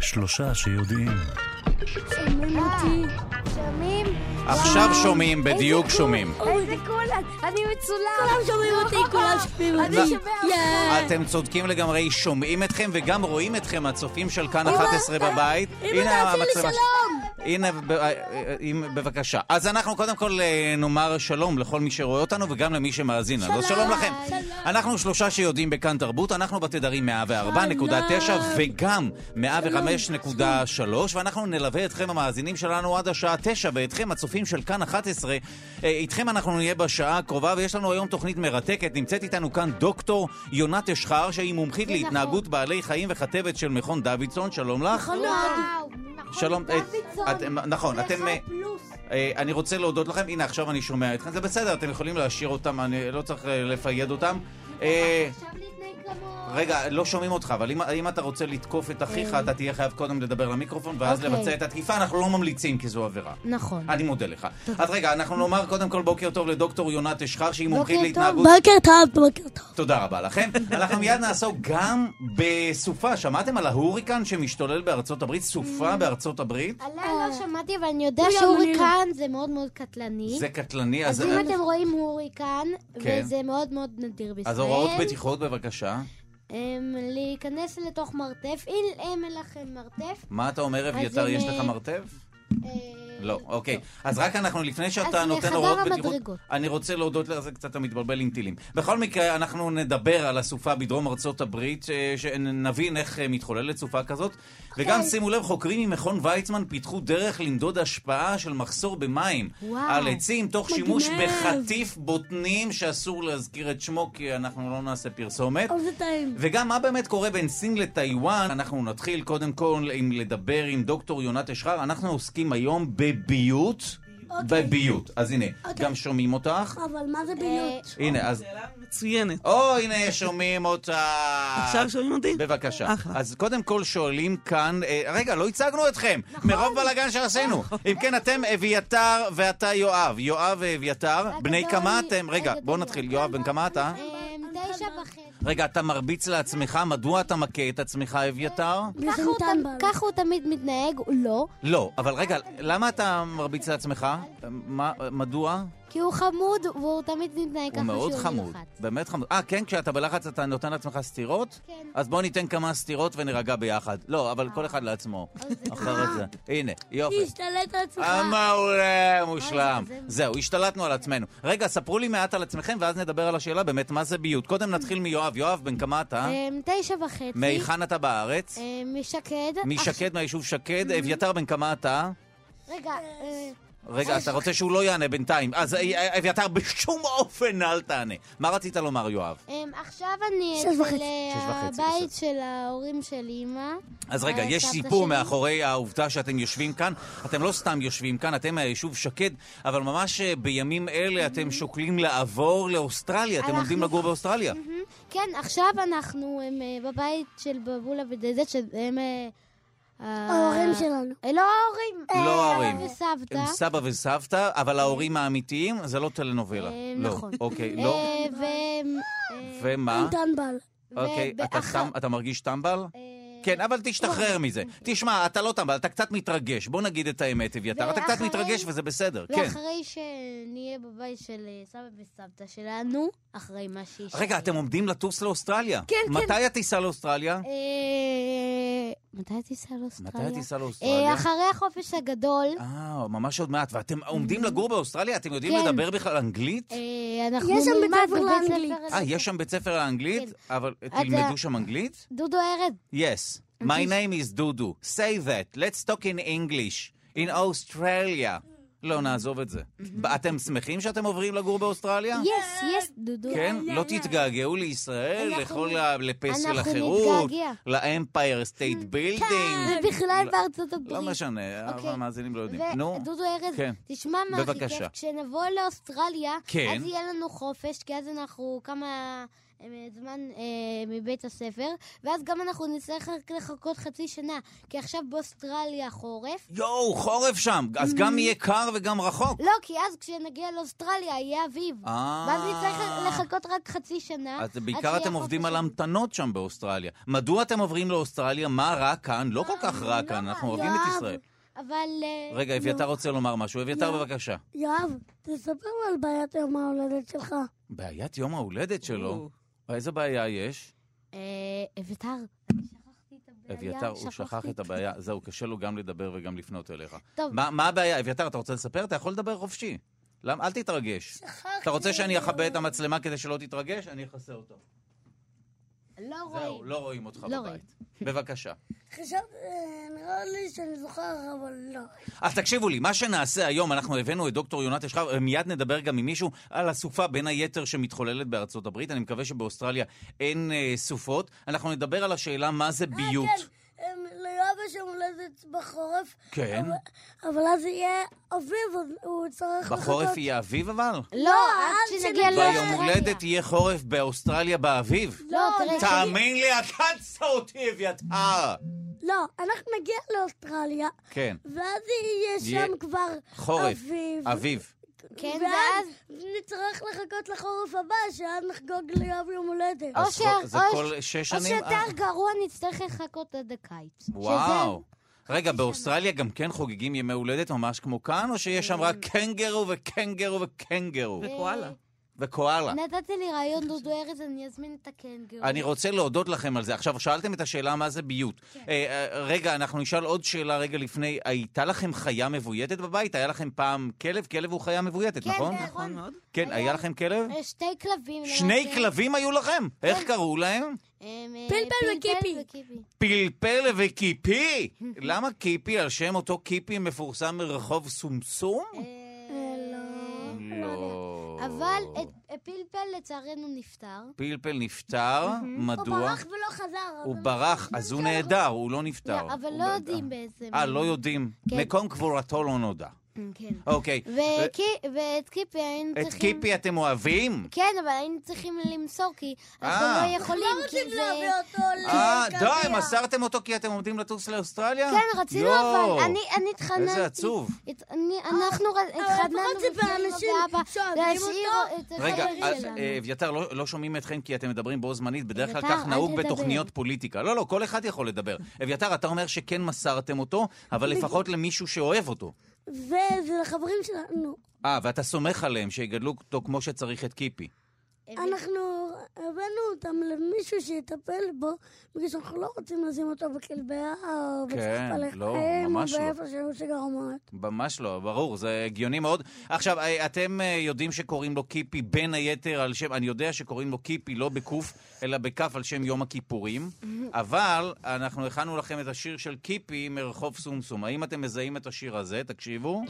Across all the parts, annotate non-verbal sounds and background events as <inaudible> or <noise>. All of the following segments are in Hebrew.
שלושה שיודעים. שומעים אותי? שומעים? עכשיו שומעים, בדיוק איזה שומעים. קול, איזה קול, אני מצולם. כולם שומעים אותי, <laughs> כולם שומעים אותי. אני שומע אותך. יאה. אתם צודקים לגמרי, שומעים אתכם וגם רואים אתכם, הצופים של כאן 11 אמא, בבית. אמא, תעשי לי המצלמה- שלום. הנה, ב- אה, אה, אם- בבקשה. אז אנחנו קודם כל אה, נאמר שלום לכל מי שרואה אותנו וגם למי שמאזין לנו. אז שלום לכם. אנחנו שלושה שיודעים בכאן תרבות, אנחנו בתדרים 104.9 שלום. וגם 105.3, ואנחנו נלווה אתכם המאזינים שלנו עד השעה 9, ואתכם הצופים של כאן 11. אה, איתכם אנחנו נהיה בשעה הקרובה, ויש לנו היום תוכנית מרתקת. נמצאת איתנו כאן דוקטור יונת אשחר, שהיא מומחית נכון. להתנהגות בעלי חיים וכתבת של מכון דוידסון. שלום לך. נכון מאוד. וואו, נכון, שלום, אה, דוידסון. אתם- נכון, אתם... אה, אה, אני רוצה להודות לכם, הנה עכשיו אני שומע אתכם, זה בסדר, אתם יכולים להשאיר אותם, אני לא צריך אה, לפייד אותם. אה, עכשיו להתנהג כמו- רגע, לא שומעים אותך, אבל אם, אם אתה רוצה לתקוף את אחיך, אתה תהיה חייב קודם לדבר למיקרופון, ואז כן. אוקיי. לבצע את התקיפה, אנחנו לא ממליצים כי זו עבירה. נכון. אני מודה לך. אז רגע, אנחנו נאמר קודם כל בוקר טוב לדוקטור יונת אשחר, שהיא מומחית טוב. להתנהגות. בוקר טוב, בוקר טוב. תודה רבה <laughs> לכם. אנחנו מיד נעסוק גם בסופה. שמעתם על ההוריקן שמשתולל בארצות הברית? Mm. סופה בארצות הברית? עליה לא שמעתי, אבל אני יודע אוי, שהוריקן זה מאוד מאוד קטלני. זה קטלני, אז אז... אם אתם רואים הוריקן, כן. וזה מאוד מאוד נדיר בישראל, אז הוראות בטיחות בבקשה. אמ, להיכנס לתוך מרתף, אם אין לכם מרתף, מה אתה אומר, אביתר, הם, יש לך אה, מרתף? אה, לא, אוקיי. אז רק אנחנו, לפני שאתה אז נותן לחדר הוראות המדרגות. אני רוצה להודות לך, זה קצת המתבלבל עם טילים. בכל מקרה, אנחנו נדבר על הסופה בדרום ארצות הברית, אה, שנבין איך אה, מתחוללת סופה כזאת. כן. וגם, שימו לב, חוקרים ממכון ויצמן פיתחו דרך למדוד השפעה של מחסור במים וואו. על עצים, תוך שימוש מגניב. בחטיף בוטנים, שאסור להזכיר את שמו, כי אנחנו לא נעשה פרסומת. אבל זה טעים. וגם מה באמת קורה בין סין לטיוואן, אנחנו נתחיל קודם כל עם לדבר עם דוקטור יונת אשחר, אנחנו עוסקים היום בביוט, אוקיי. בביוט. אז הנה, גם שומעים אותך. אבל מה אה, זה ביות? הנה, אז... שאלה מצוינת. או, הנה, שומעים אותך. עכשיו שומעים אותי? בבקשה. אחלה. אז קודם כל שואלים כאן, אה, רגע, לא הצגנו אתכם, נכון. מרוב בלאגן שעשינו. אם כן, אתם אביתר ואתה יואב. יואב ואביתר, בני כמה הגדול- אתם? רגע, הגדול בואו נתחיל. יואב. יואב, בן כמה אתה? אמ, תשע וחצי. רגע, אתה מרביץ לעצמך, מדוע אתה מכה את עצמך, אביתר? בגלל ככה שאני הוא תמ- טמבל. ככה הוא תמיד מתנהג, הוא לא, לא, אבל רגע, למה אתה מרביץ לעצמך? מה, מדוע? כי הוא חמוד, והוא תמיד מתנהג הוא ככה מאוד שהוא חמוד. נלחץ. באמת חמוד. אה, כן, כשאתה בלחץ אתה נותן לעצמך סטירות? כן. אה. אז בואו ניתן כמה סטירות ונירגע ביחד. לא, אבל כל אחד <laughs> לעצמו. אחרת זה. הנה, יופי. תשתלט על עצמך. אה, מעולה, מושלם. זה- זהו, השתלטנו על עצמנו. רגע, ספרו לי מעט על עצמכם, ואז נדבר על השאלה באמת מה זה ביוט. קודם נתחיל מיואב. יואב, בן כמה אתה? אמ, תשע וחצי. מהיכן אתה בארץ? אמ, משקד. אח- משקד, מהיישוב שקד. אה. אביתר, בן כמה אתה? רגע, אה, רגע, אתה רוצה שהוא לא יענה בינתיים. אז אה, אה, אביתר, בשום אופן אל תענה. מה רצית לומר, יואב? אמ, עכשיו אני שש אצל וחצי. אה, שש וחצי, הבית של ההורים של אימא. אז רגע, אה, יש סבתא סיפור שלי. מאחורי העובדה שאתם יושבים כאן. אתם לא סתם יושבים כאן, אתם מהיישוב שקד, אבל ממש אה, בימים אלה אה. אתם שוקלים לעבור לאוסטרליה. אתם אנחנו- עומדים לגור באוסטרליה. כן, עכשיו אנחנו הם, אה, בבית של בבולה ודדה, שהם... אה, ההורים ה- שלנו. אה, לא ההורים. לא אה, ההורים. סבא וסבתא. הם סבא וסבתא, אבל ההורים האמיתיים, זה לא טלנובלה. אה, לא. נכון. אוקיי, לא. אה, והם... אה, ומה? טמבל. אוקיי, אתה ובאח- טם- אתה מרגיש טמבל? אה, כן, אבל תשתחרר מזה. תשמע, אתה לא טמבל, אתה קצת מתרגש. בוא נגיד את האמת, אביתר. אתה קצת ואחרי- מתרגש וזה בסדר, כן. ואחרי שנהיה בבית של אה, סבא וסבתא שלנו, אחרי מה שיש... רגע, אתם עומדים לטוס לאוסטרליה. כן, כן. מתי הטיסה לאוסטרליה? אה, מתי הטיסה מתי לאוסטרליה? הטיסה אה, לאוסטרליה? אחרי החופש הגדול, אה, ממש עוד מעט. ואתם עומדים לגור באוסטרליה? אתם יודעים Mm-hmm. כן. לדבר בכלל אנגלית? אה, אנחנו יש שם בית נלמד ספר בבית לאנגלית. ספר אה, יש שם בית ספר לאנגלית? כן. אבל אה, תלמדו שם אנגלית? דודו ארז. Yes. My name is דודו. Say that. Let's talk in English. In Australia. Mm-hmm. לא, נעזוב את זה. אתם שמחים שאתם עוברים לגור אה. באוסטרליה? יס, יס, דודו. כן? לא תתגעגעו לישראל, לכל ה... לפסל אנחנו החירות, נתגעגע. לאמפייר סטייט זה בילדינג. בכלל אה, בארצות הברית. לא משנה, אבל אוקיי. המאזינים לא יודעים. נו, ודודו ארז, כן. תשמע מה הכי בבקשה. כיף, כשנבוא לאוסטרליה, כן. אז יהיה לנו חופש, כי אז אנחנו כמה אה, זמן אה, מבית הספר, ואז גם אנחנו נצטרך רק לחכות חצי שנה, כי עכשיו באוסטרליה חורף. יואו, חורף שם, אז Mm-hmm. גם יהיה קר וגם רחוק. לא, כי אז כשנגיע לאוסטרליה יהיה אביב. אה. ואז נצטרך לחכות רק חצי שנה. אז עד בעיקר שיהיה אתם עובדים חופש. על המתנות שם באוסטרליה. מדוע אתם עוברים לאוסטרליה? מה רע כאן? לא כל כך רע לא כאן, רע, אנחנו אוהבים את יואב. ישראל. אבל... אה, רגע, אביתר רוצה לומר משהו. אביתר, לא. בבקשה. יואב, תספר לו על בעיית יום ההולדת שלך. בעיית יום ההולדת שלו, או. איזה בעיה יש? אה, אביתר, אני שכחתי את הבעיה. אביתר, הוא שכח שכחתי. את הבעיה. זהו, קשה לו גם לדבר וגם לפנות אליך. טוב. מה מה הבעיה? אביתר, אתה רוצה לספר? אתה יכול לדבר חופשי. למה? אל תתרגש. אתה רוצה שאני אכבה את המצלמה כדי שלא תתרגש? אני אכסה אותו. לא זהו, רואים. לא רואים אותך לא בבית. בבקשה. חשבתי, אה, נראה לי שאני זוכר, אבל לא. אז תקשיבו לי, מה שנעשה היום, אנחנו הבאנו את דוקטור יונת אשחר, אה, מיד נדבר גם עם מישהו על הסופה בין היתר שמתחוללת בארצות הברית, אני מקווה שבאוסטרליה אין אה, סופות. אנחנו נדבר על השאלה מה זה אה, ביות. כן, אמ, ליואב יש יום הולדת בחורף, כן. אה, אבל אז יהיה אביב, אז הוא צריך לחכות. בחורף יהיה אביב אבל? לא, עד שנגיע ביום לאוסטרליה. הולדת יהיה חורף באוסטרליה באביב? לא, תראה, שאני- תאמין לי, עקצת אותי, אביתר! לא, אנחנו נגיע לאוסטרליה, כן, ואז יהיה יהיה שם כבר חורף, אביב. אביב. כן, ואז ואז... נצטרך לחכות לחורף הבא, שאז נחגוג ליואב יום הולדת. אז או ש- חו- זה או כל שש או שנים? אה, שיותר גרוע, נצטרך לחכות עד הקיץ. וואו. רגע, באוסטרליה גם כן חוגגים ימי הולדת ממש כמו כאן, או שיש שם רק קנגרו וקנגרו וקנגרו אה, קואלה. וקואלה? שזה- נתתי לי רעיון, דודו ארז, אני אזמין את הקנגרו. אני רוצה להודות לכם על זה. עכשיו, שאלתם את השאלה מה זה ביות. אה, אה, רגע, אנחנו נשאל עוד שאלה רגע לפני. הייתה לכם חיה מבויתת בבית? היה לכם פעם כלב? כלב הוא חיה מבויתת, כן, נכון? כן. נכון מאוד. כן, היה לכם כלב? אה, שתי כלבים. שני כן. למעשה. כלבים היו לכם? איך קראו להם? הם, אה, פלפל וקיפי. פלפל וקיפי! למה קיפי על שם אותו קיפי מפורסם מרחוב סומסום? אה, לא. אבל את- פלפל לצערנו נפטר. פלפל נפטר, הוא אה, מדוע? ברח ולא חזר. אז הוא הם- ברח, אז הוא נעדר, הוא לא נפטר. אבל הוא לא נעדר. יודעים באיזה... אה, לא יודעים. כן. מקום קבורתו לא נודע. כן. אוקיי. ו- וכי- ואת קיפי היינו את צריכים... קיפי אתם אוהבים? כן, אבל היינו צריכים למסור, כי אנחנו אה. לא יכולים, לא כי רוצים זה... להביא אותו כן, אה, לקרביע. די, מסרתם אותו כי אתם עומדים לטוס לאוסטרליה? כן, רצינו יואו. אבל, אני, אני התחננתי. איזה עצוב. הת- אני, אנחנו ר- התחננו לפחות אה, זה באנשים אבא שאוהבים להשאיר אותו. את רגע, החברים אז, שלנו. כן, אה, אביתר, לא, לא שומעים אתכם כי אתם מדברים בו זמנית, בדרך כלל אביתר, כך אל נהוג תדבר. בתוכניות פוליטיקה. לא, לא, כל אחד יכול לדבר. אביתר, אתה אומר שכן מסרתם אותו, אבל לפחות למישהו שאוהב אותו. וזה לחברים שלנו. אה, ואתה סומך עליהם שיגדלו אותו כמו שצריך את קיפי. אנחנו הבאנו אותם למישהו שיטפל בו, בגלל שאנחנו לא רוצים לשים אותו בכלביה או כן, בצפלחים, לא, או ממש לא. באיפה שהוא שגרמות. ממש לא, ברור, זה הגיוני מאוד. עכשיו, אה, אתם אה, יודעים שקוראים לו קיפי בין היתר על שם, אני יודע שקוראים לו קיפי לא בקוף, אלא בכף על שם יום הכיפורים, אבל אנחנו הכנו לכם את השיר של קיפי מרחוב סומסום. האם אתם מזהים את השיר הזה? תקשיבו.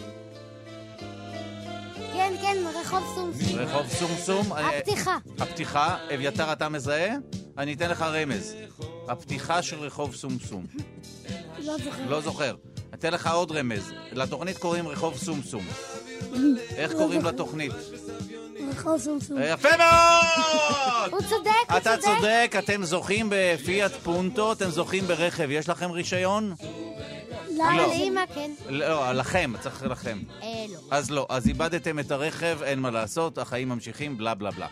כן, כן, רחוב סומסום. אה, רחוב סומסום. אה, הפתיחה. הפתיחה, אביתר, אתה מזהה? אני אתן לך רמז. הפתיחה של רחוב סומסום. לא זוכר. לא זוכר. אתן לך עוד רמז. לתוכנית קוראים רחוב סומסום. איך קוראים לתוכנית? רחוב סומסום. אה, יפה מאוד! הוא צודק, הוא אתה צודק. צודק, אתם זוכים בפיאט פונטו, אתם זוכים ברכב. יש לכם רישיון? למה? לא. אבל אימא, כן. לא, לכם, צריך לכם. אה, לא. אז לא, אז איבדתם את הרכב, אין מה לעשות, החיים ממשיכים, בלה בלה בלה.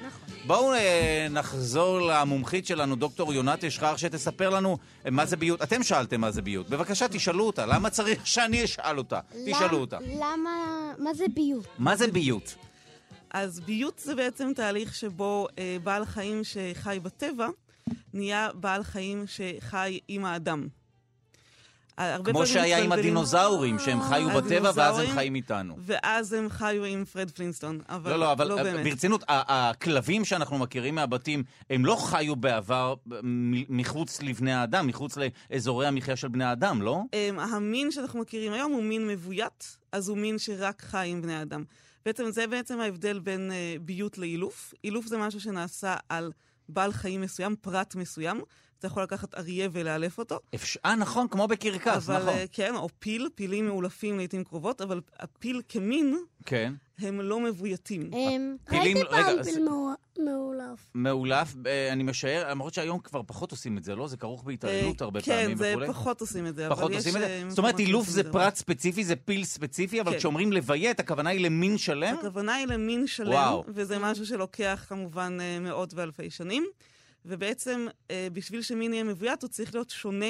בואו אה, נחזור למומחית שלנו, דוקטור יונת אשחר, שתספר לנו אה, מה זה ביות. אתם שאלתם מה זה ביות. בבקשה, תשאלו אותה. למה צריך שאני אשאל אותה? למ- תשאלו אותה. למה... מה זה ביוט? מה זה ביות? אז ביות זה בעצם תהליך שבו אה, בעל חיים שחי בטבע נהיה בעל חיים שחי עם האדם. הרבה כמו פעמים שהיה עם מתבלבלים- הדינוזאורים, שהם חיו בטבע ואז הם הדינוזאורים? חיים איתנו. ואז הם חיו עם פרד פלינסטון, אבל לא, לא, אבל לא אה, באמת. ברצינות, ה- הכלבים שאנחנו מכירים מהבתים, הם לא חיו בעבר מ- מחוץ לבני האדם, מחוץ לאזורי המחיה של בני האדם, לא? אמ, המין שאנחנו מכירים היום הוא מין מבוית, אז הוא מין שרק חי עם בני אדם. בעצם זה בעצם ההבדל בין אה, ביות לאילוף. אילוף זה משהו שנעשה על בעל חיים מסוים, פרט מסוים. אתה יכול לקחת אריה ולאלף אותו. אפשר- אה, נכון, כמו בקרקס, אבל, נכון. אה, כן, או פיל, פילים מאולפים לעיתים קרובות, אבל הפיל כמין, כן. הם לא מבויתים. אמ, פילים- ראיתי רגע, פעם אז- פיל מאו- מאולף. מאולף, אה, אני משער, למרות שהיום כבר פחות עושים את זה, לא? זה כרוך בהתעללות אה, הרבה כן, פעמים זה וכולי. פחות עושים את זה. אבל פחות יש, עושים את אה, זה? זאת אומרת, מקומות אילוף שעושים את זה פרט ספציפי, זה פיל ספציפי, אבל כן. כשאומרים לביית, הכוונה היא למין שלם? הכוונה היא למין שלם, וואו. וזה משהו שלוקח כמובן אה, מאות ואלפי שנים. ובעצם, אה, בשביל שמין יהיה מבוית, הוא צריך להיות שונה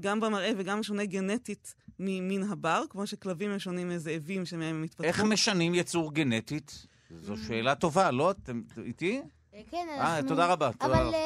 גם במראה וגם שונה גנטית ממין הבר, כמו שכלבים הם שונים מזאבים שמהם הם התפתחו. איך משנים יצור גנטית? אה. זו שאלה טובה, לא? אתם איתי? אה, כן, אה, אנחנו... תודה רבה. תודה אבל רבה.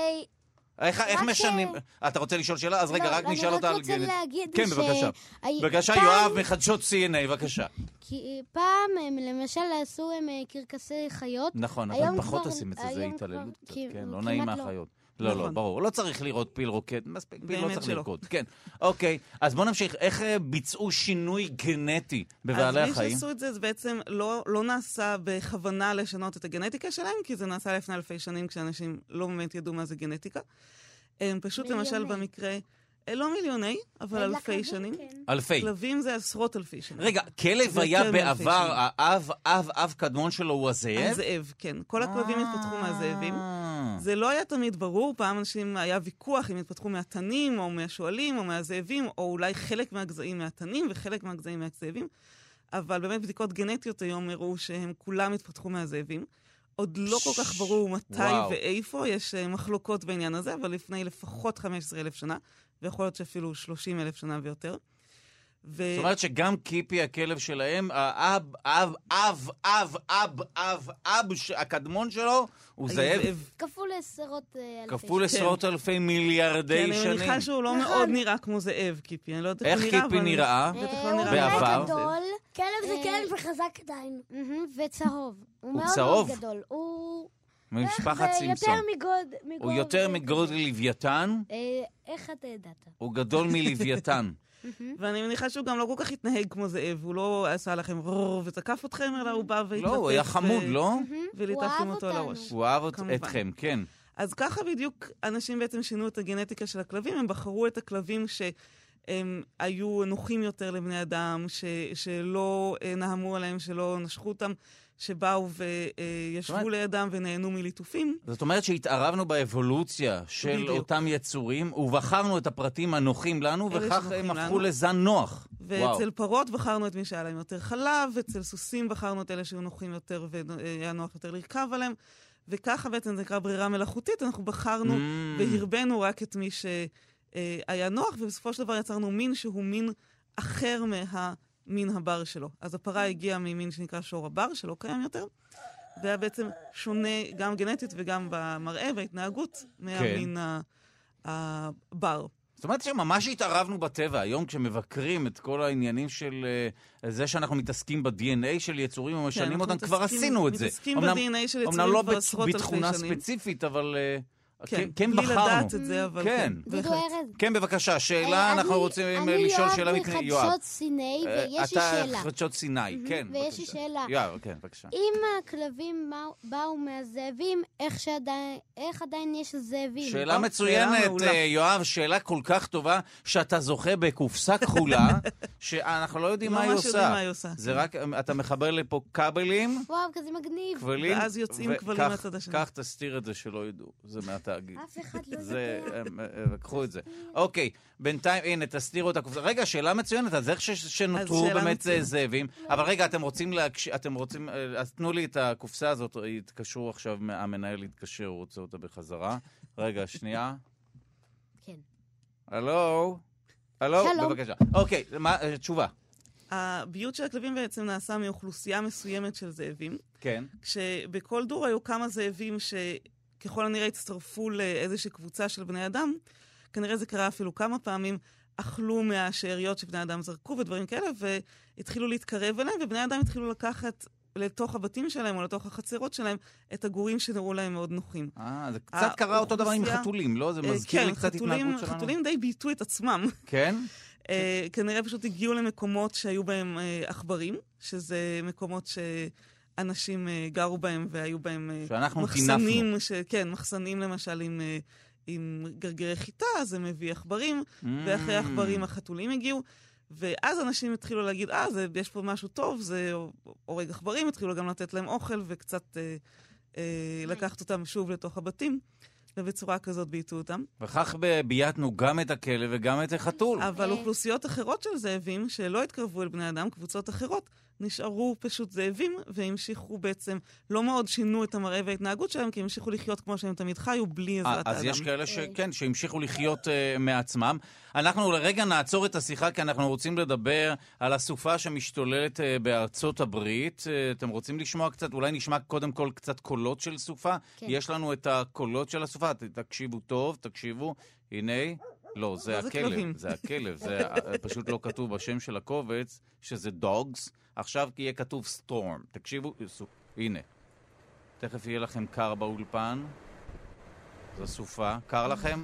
אה, איך איך רק, משנים? אה, אתה רוצה לשאול שאלה? אז רגע, כן? לא, רק נשאל אותה על אני רק גנטית. רוצה להגיד כן, ש- בבקשה. הי- בבקשה, פעם- יואב מחדשות CNA, בבקשה. כי אה, פעם, הם, למשל, עשו הם אה, קרקסי חיות. נכון, היום אבל פחות כבר- עושים את זה, זה היום התעללות כבר קצת, כי- כן, לא כמעט נעים לא. מהחיות. לא, לא, נכון. ברור. לא צריך לראות פיל רוקד, מספיק, פיל לא באמת צריך שלא. לרקוד. כן, אוקיי. אז בואו נמשיך. איך אה, ביצעו שינוי גנטי בבעלי אז מי החיים? שעשו את זה, זה בעצם לא, לא נעשה בכוונה לשנות את הגנטיקה שלהם, כי זה נעשה לפני אלפי שנים כשאנשים לא באמת ידעו מה זה גנטיקה. הם פשוט, למשל, מיליוני. במקרה, אה, לא מיליוני, אבל אלפי לכלבים, שנים. כן. אלפי. כלבים זה עשרות אלפי שנים. רגע, כלב זה היה יותר מאלפי בעבר, שנים. האב, אב, אב קדמון שלו הוא הזאב? אה. הזאב, כן. כל הכלבים אה. התפתחו מהזאבים. זה לא היה תמיד ברור, פעם אנשים היה ויכוח אם התפתחו מהתנים, או מהשועלים, או מהזאבים, או אולי חלק מהגזעים מהתנים וחלק מהגזעים מהזאבים, אבל באמת בדיקות גנטיות היום הראו שהם כולם התפתחו מהזאבים. עוד לא כל כך ברור מתי וואו. ואיפה, יש אה, מחלוקות בעניין הזה, אבל לפני לפחות 15,000 שנה, ויכול להיות שאפילו 30,000 שנה ויותר. ו- זאת אומרת שגם קיפי, הכלב שלהם, האב, אב, אב, אב, אב, אב, אב, ש- הקדמון שלו הוא זאב, כפול עשרות אה, אלפי כפול כן. עשרות אלפי מיליארדי כן, אני שנים. מניחה שהוא לא נכון. מאוד נראה כמו זאב, קיפי. אני לא יודעת איך הוא נראה, קיפי אבל- נראה? שנים. בטח אה, לא נראה הוא בעבר. מאוד גדול, כלב זה אה, כלב וחזק עדיין. מהמם, וצהוב. הוא מאוד צהוב? מאוד גדול. הוא... ממשפחת איך- סימפסון. ויותר מגוד... הוא מגודל- יותר מגודל לוויתן, אה, איך אתה ידעת? הוא גדול <laughs> מלוויתן. Mm-hmm. ואני מניחה שהוא גם לא כל כך התנהג כמו זאב, הוא לא עשה לכם רור ותקף אתכם, אלא הוא בא והתלטף. לא, הוא היה חמוד, ו- לא? מהמם, הוא וליטפתם אהב אותו על אותנו. הראש. הוא אהב אות- כמובן. אתכם, כן. אז ככה בדיוק אנשים בעצם שינו את הגנטיקה של הכלבים, הם בחרו את הכלבים שהם היו נוחים יותר לבני אדם, ש... שלא אה, נהמו עליהם, שלא נשכו אותם, שבאו זאת וישבו אומרת- לידם ונהנו מליטופים. זאת אומרת שהתערבנו באבולוציה של בדיוק. אותם יצורים, ובחרנו את הפרטים הנוחים לנו, אלה וכך הם שנוחים הפכו לנו. לזן נוח. וואו. ואצל פרות בחרנו את מי שהיה להם יותר חלב, אצל סוסים בחרנו את אלה שהיו נוחים יותר והיה נוח יותר לרכב עליהם, וככה בעצם זה נקרא ברירה מלאכותית, אנחנו בחרנו Mm. והרבנו רק את מי שהיה נוח, ובסופו של דבר יצרנו מין שהוא מין אחר מהמין הבר שלו. אז הפרה הגיעה ממין שנקרא שור הבר, שלא קיים יותר, והיה בעצם שונה גם גנטית וגם במראה וההתנהגות כן. מהמין ה- הבר. זאת אומרת שממש התערבנו בטבע. היום כשמבקרים את כל העניינים של אה, זה שאנחנו מתעסקים ב-DNA של יצורים כן, ומשנים אנחנו אותם, כבר מתעסקים- עשינו את זה. מתעסקים אמנם- ב-DNA של אמנם לא יצורים כבר עשרות בת- אלפי שנים. בתכונה ספציפית, אבל אה, כן- כן בלי בחרנו. לדעת את זה, אבל כן. כן. דודו בהחלט. ארז. כן, בבקשה, שאלה, אה, אנחנו אני- רוצים אה, לשאול שאלה אני מפני יואב יואב. מחדשות סיני, ויש לי אה, אתה שאלה. חדשות סיני, כן. ויש לי בבקשה. שאלה. יואב, כן, בבקשה. אם הכלבים באו- באו מהזאבים, איך שעדיין- איך עדיין יש זאבים? שאלה או, אוקיי, שאלה מצוינת, מעולה. אה, יואב, שאלה כל כך טובה, שאתה זוכה בקופסה <laughs> כחולה, שאנחנו לא יודעים לא מה היא ממש יודעים מה עושה. היא עושה. זה רק, אה, אתה מחבר לפה כבלים, וואו, כזה מגניב. כבלים. ואז יוצאים וכך- כבלים מהצד השני. כך תסתיר את זה שלא ידעו, זה מהתאגיד. אף אחד לא זה, יודע. הם, אה, אה, קחו את זה. אוקיי, בינתיים, הנה, תסתירו את הקופסה. רגע, שאלה מצוינת, אז איך ש- שנותרו אז שאלה באמת אה, מצוינת. זאבים? אבל רגע, אתם רוצים להקשיב, אתם רוצים, אה, אז תנו לי את הקופסה הזאת, יתקשרו עכשיו, מה- המנהל יתקשר, הוא רוצה אותה בחזרה. רגע, שנייה. כן. הלו? הלו? שלום. בבקשה. אוקיי, מה, אה, תשובה. הביוט של הכלבים בעצם נעשה מאוכלוסייה מסוימת של זאבים, כן. כשבכל דור היו כמה זאבים שככל הנראה הצטרפו לאיזושהי קבוצה של בני אדם, כנראה זה קרה אפילו כמה פעמים, אכלו מהשאריות שבני אדם זרקו ודברים כאלה, והתחילו להתקרב אליהם, ובני אדם התחילו לקחת לתוך הבתים שלהם או לתוך החצרות שלהם את הגורים שנראו להם מאוד נוחים. אה, זה קצת קרה אותו דבר עם האוכלוסייה- חתולים, לא? זה אה, מזכיר כן, לי קצת חתולים- התנהגות שלנו. חתולים די ביטו את עצמם. כן? אה, כנראה פשוט הגיעו למקומות שהיו בהם אה, עכברים, שזה מקומות שאנשים אה, גרו בהם והיו בהם אה, שאנחנו טינפנו. מחסנים, ש... כן, מחסנים למשל עם, אה, עם גרגירי חיטה, אז זה מביא עכברים, Mm. ואחרי העכברים החתולים הגיעו. ואז אנשים התחילו להגיד, אה, זה, יש פה משהו טוב, זה הורג עכברים, התחילו גם לתת להם אוכל וקצת אה, אה, מים. לקחת אותם שוב לתוך הבתים, ובצורה כזאת בייתו אותם. וכך ב- בייתנו גם את הכלב וגם את החתול. אבל אה. אוכלוסיות אחרות של זאבים, שלא התקרבו אל בני אדם, קבוצות אחרות, נשארו פשוט זאבים, והמשיכו בעצם, לא מאוד שינו את המראה וההתנהגות שלהם, כי המשיכו לחיות כמו שהם תמיד חיו, אה, בלי עזרת האדם. אז יש כאלה שכן, שהמשיכו לחיות אה, מעצמם. אנחנו לרגע נעצור את השיחה, כי אנחנו רוצים לדבר על הסופה שמשתוללת אה, בארצות הברית. אה, אתם רוצים לשמוע קצת, אולי נשמע קודם כל קצת קולות של סופה? כן. יש לנו את הקולות של הסופה, ת- תקשיבו טוב, תקשיבו, הנה. לא, זה לא, זה כלבים. הכלב, זה הכלב, זה <laughs> אה, פשוט לא כתוב בשם של הקובץ, שזה דוגס. עכשיו יהיה כתוב סטורם. תקשיבו, סו- הנה. תכף יהיה לכם קר באולפן. זו סופה. קר לכם?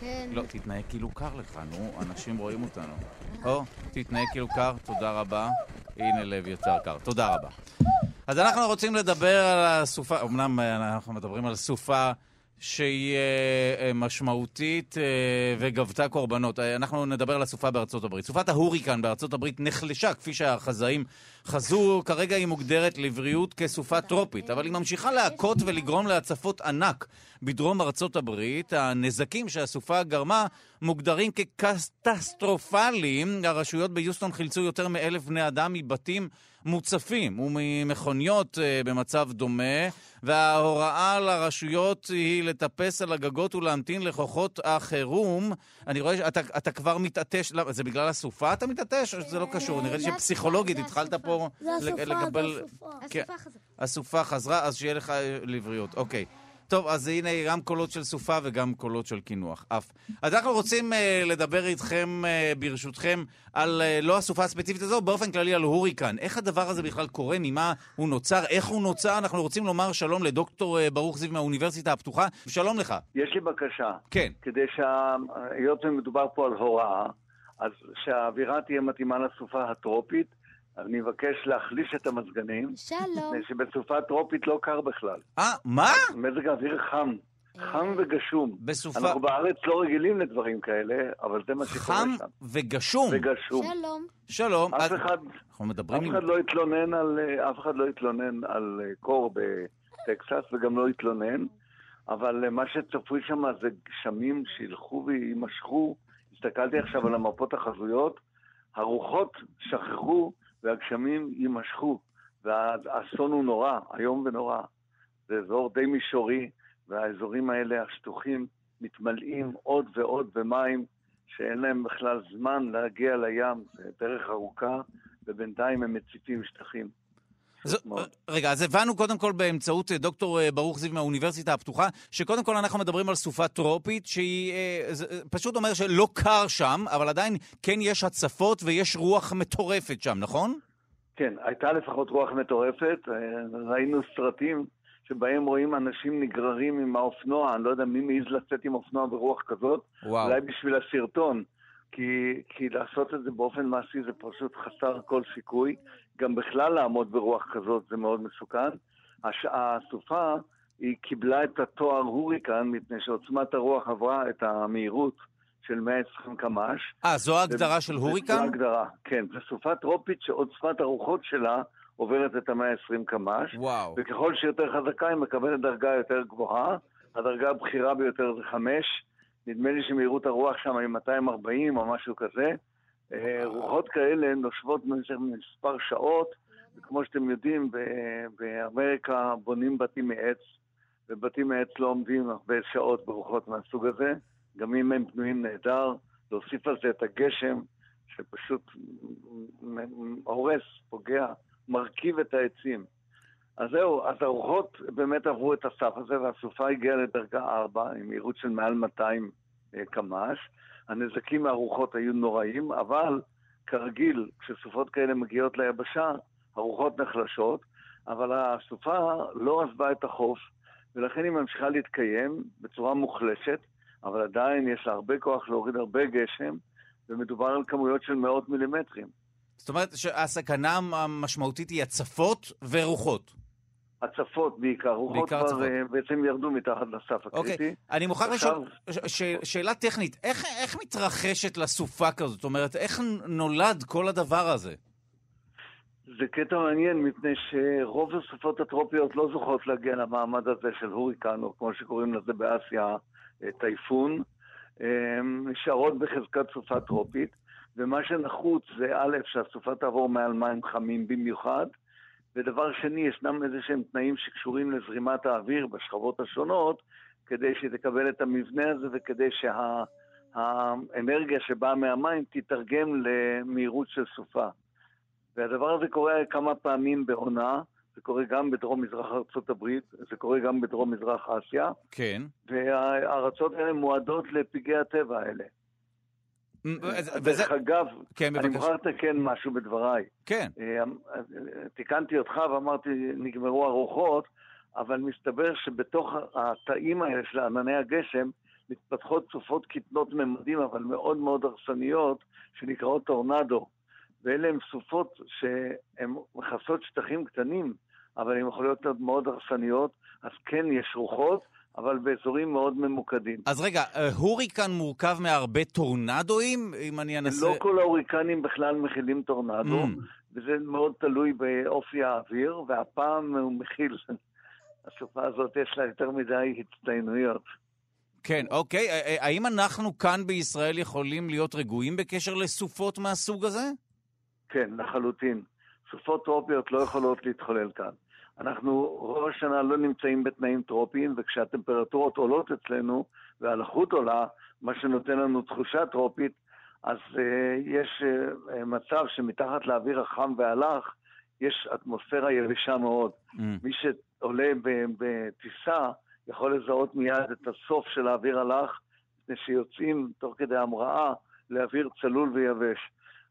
כן. לא, תתנהג כאילו קר לך, נו, אנשים רואים אותנו. או, תתנהג כאילו קר, תודה רבה. הנה לב יצר קר, תודה רבה. אז אנחנו רוצים לדבר על הסופה, אמנם אה, אנחנו מדברים על סופה שהיא אה, אה, משמעותית אה, וגבתה קורבנות. אה, אנחנו נדבר על הסופה בארצות הברית. סופת ההוריקן בארצות הברית נחלשה, כפי שהחזאים חזו, כרגע היא מוגדרת לבריאות כסופה טרופית, אבל היא ממשיכה להכות ולגרום להצפות ענק בדרום ארצות הברית. הנזקים שהסופה גרמה מוגדרים כקטסטרופליים. הרשויות ביוסטון חילצו יותר מאלף בני אדם מבתים מוצפים וממכוניות אה, במצב דומה, וההוראה לרשויות היא לטפס על הגגות ולהמתין לכוחות החירום. אני רואה שאתה אתה כבר מתעטש, למה? זה בגלל הסופה אתה מתעטש? או שזה לא קשור? נראה לי זה שפסיכולוגית הסופה, זה התחלת הסופה. פה זה לג- הסופה, לקבל... זה הסופה. כן. הסופה חזקה. הסופה חזרה, אז שיהיה לך אה, לבריאות. אוקיי. טוב, אז הנה גם קולות של סופה וגם קולות של קינוח, אף. אז אנחנו רוצים אה, לדבר איתכם, אה, ברשותכם, על אה, לא הסופה הספציפית הזו, באופן כללי על הוריקן. איך הדבר הזה בכלל קורה, ממה הוא נוצר, איך הוא נוצר. אנחנו רוצים לומר שלום לדוקטור אה, ברוך זיו מהאוניברסיטה הפתוחה. שלום לך. יש לי בקשה, כן. כדי שה... היות ומדובר פה על הוראה, אז שהאווירה תהיה מתאימה לסופה הטרופית, אז אני מבקש להחליש את המזגנים, שלום. מפני שבסופה טרופית לא קר בכלל. אה, מה? מזג האוויר חם, אה. חם וגשום. בסופה אנחנו בארץ לא רגילים לדברים כאלה, אבל זה מה שקורה חם שם. וגשום. וגשום. שלום. שלום. אף אז- אחד, אנחנו אף מדברים עם... אחד לא התלונן על, אה, אף אחד לא התלונן על אה, קור בטקסס וגם לא התלונן, אבל אה, מה שצפוי שם זה גשמים שילכו ויימשכו. הסתכלתי עכשיו על המפות החזויות, הרוחות שכחו והגשמים יימשכו, והאסון הוא נורא, איום ונורא. זה אזור די מישורי, והאזורים האלה, השטוחים, מתמלאים עוד ועוד במים שאין להם בכלל זמן להגיע לים, זה דרך ארוכה. ובינתיים הם מציפים שטחים. זו- מאוד. רגע, אז הבנו קודם כל באמצעות אה, דוקטור אה, ברוך זיו מהאוניברסיטה הפתוחה, שקודם כל אנחנו מדברים על סופה טרופית, שהיא אה, זה- אה, פשוט אומר שלא קר שם, אבל עדיין כן יש הצפות ויש רוח מטורפת שם, נכון? כן, הייתה לפחות רוח מטורפת, אה, ראינו סרטים שבהם רואים אנשים נגררים עם האופנוע, אני לא יודע מי מעז לצאת עם אופנוע ברוח כזאת, וואו. אולי בשביל הסרטון, כי, כי לעשות את זה באופן מעשי זה פשוט חסר כל סיכוי. גם בכלל לעמוד ברוח כזאת זה מאוד מסוכן. הש... הסופה, היא קיבלה את התואר הוריקן, מפני שעוצמת הרוח עברה את המהירות של 120 קמ"ש. אה, זו ההגדרה של זו הוריקן? הגדרה, כן. זו סופה טרופית שעוצמת הרוחות שלה עוברת את ה-120 קמ"ש, וואו. וככל שהיא יותר חזקה היא מקבלת דרגה יותר גבוהה. הדרגה הבכירה ביותר זה 5. נדמה לי שמהירות הרוח שם היא 240 או משהו כזה. אה, רוחות כאלה נושבות במשך מספר שעות, וכמו שאתם יודעים, ב- באמריקה בונים בתים מעץ, ובתים מעץ לא עומדים הרבה שעות ברוחות מהסוג הזה, גם אם הם בנויים נהדר, להוסיף על זה את הגשם, שפשוט מ- מ- הורס, פוגע, מרכיב את העצים. אז זהו, אז הרוחות באמת עברו את הסף הזה, והסופה הגיעה לדרגה 4, עם מהירות של מעל 200 אה, קמ"ש. הנזקים מהרוחות היו נוראים, אבל כרגיל, כשסופות כאלה מגיעות ליבשה, הרוחות נחלשות, אבל הסופה לא עזבה את החוף, ולכן היא ממשיכה להתקיים בצורה מוחלשת, אבל עדיין יש לה הרבה כוח להוריד הרבה גשם, ומדובר על כמויות של מאות מילימטרים. זאת אומרת שהסכנה המשמעותית היא הצפות ורוחות. הצפות בעיקר. רוחות בעיקר כבר הצפות. אה, בעצם ירדו מתחת לסף אוקיי, הקריטי. אני מוכרח עכשיו- לשאול ש- ש- שאלה טכנית, איך- איך מתרחשת לסופה כזאת? זאת אומרת, איך נולד כל הדבר הזה? זה קטע מעניין, מפני שרוב הסופות הטרופיות לא זוכות להגיע למעמד הזה של הוריקן, או כמו שקוראים לזה באסיה, אה, טייפון. אה, נשארות בחזקת סופה טרופית, ומה שנחוץ זה א', שהסופה תעבור מעל מים חמים במיוחד, ודבר שני, ישנם איזה שהם תנאים שקשורים לזרימת האוויר בשכבות השונות, כדי שהיא תקבל את המבנה הזה וכדי שה... האנרגיה שבאה מהמים תתרגם למהירות של סופה. והדבר הזה קורה כמה פעמים בעונה, זה קורה גם בדרום-מזרח ארצות הברית, זה קורה גם בדרום-מזרח אסיה, כן. והארצות האלה מועדות לפגעי הטבע האלה. אה, וזה... דרך אגב, כן, אני בבקשה. מוכרח לתקן משהו בדבריי. כן. אה, אה, תיקנתי אותך ואמרתי, נגמרו הרוחות, אבל מסתבר שבתוך התאים האלה של ענני הגשם מתפתחות סופות קטנות ממדים, אבל מאוד מאוד הרסניות, שנקראות טורנדו. ואלה הן סופות שהן מכסות שטחים קטנים, אבל הן יכולות להיות מאוד הרסניות, אז כן יש רוחות, אבל באזורים מאוד ממוקדים. אז רגע, אה, הוריקן מורכב מהרבה טורנדואים, אם אני אנסה... לא כל ההוריקנים בכלל מכילים טורנדו. Mm. וזה מאוד תלוי באופי האוויר, והפעם הוא מכיל. <laughs> הסופה הזאת יש לה יותר מדי הצטיינויות. כן, אוקיי. אה, אה, האם אנחנו כאן בישראל יכולים להיות רגועים בקשר לסופות מהסוג הזה? כן, לחלוטין. סופות טרופיות לא יכולות להתחולל כאן. אנחנו רוב השנה לא נמצאים בתנאים טרופיים, וכשהטמפרטורות עולות אצלנו והלחות עולה, מה שנותן לנו תחושה טרופית, אז uh, יש uh, מצב שמתחת לאוויר החם והלח יש אטמוספירה יבשה מאוד. אה, מי שעולה ב- בטיסה יכול לזהות מיד את הסוף של האוויר הלח, מפני שיוצאים תוך כדי המראה לאוויר צלול ויבש.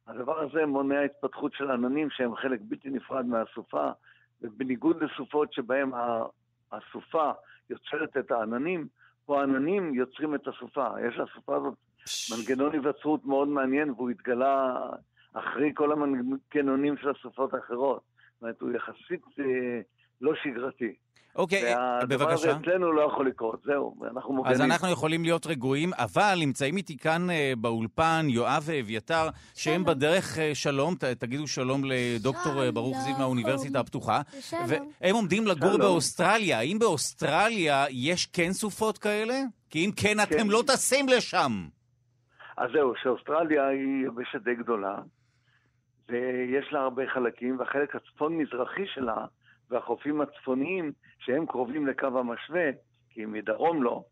הדבר הזה מונע התפתחות של עננים שהם חלק בלתי נפרד מהסופה, ובניגוד לסופות שבהם ה- הסופה יוצרת את העננים, פה העננים יוצרים את הסופה. יש לסופה הזאת מנגנון היווצרות מאוד מעניין, והוא התגלה אחרי כל המנגנונים של הסופות האחרות. זאת אומרת, הוא יחסית אה, לא שגרתי. אוקיי, אה, והדבר הזה בבקשה. אצלנו לא יכול לקרות, זהו, אנחנו מוגנים. אז אנחנו יכולים להיות רגועים, אבל נמצאים איתי כאן אה, באולפן יואב ואביתר, שהם שלום. בדרך אה, שלום, ת- תגידו שלום לדוקטור אה, ברוך זיו שלום. מהאוניברסיטה הפתוחה. שלום. והם עומדים לגור שלום. באוסטרליה. האם באוסטרליה יש כן סופות כאלה? כי אם כן, אתם כן. לא טסים לשם. אז זהו, שאוסטרליה היא יבשת די גדולה, ויש לה הרבה חלקים, והחלק הצפון-מזרחי שלה, והחופים הצפוניים, שהם קרובים לקו המשווה, כי מדרום לא,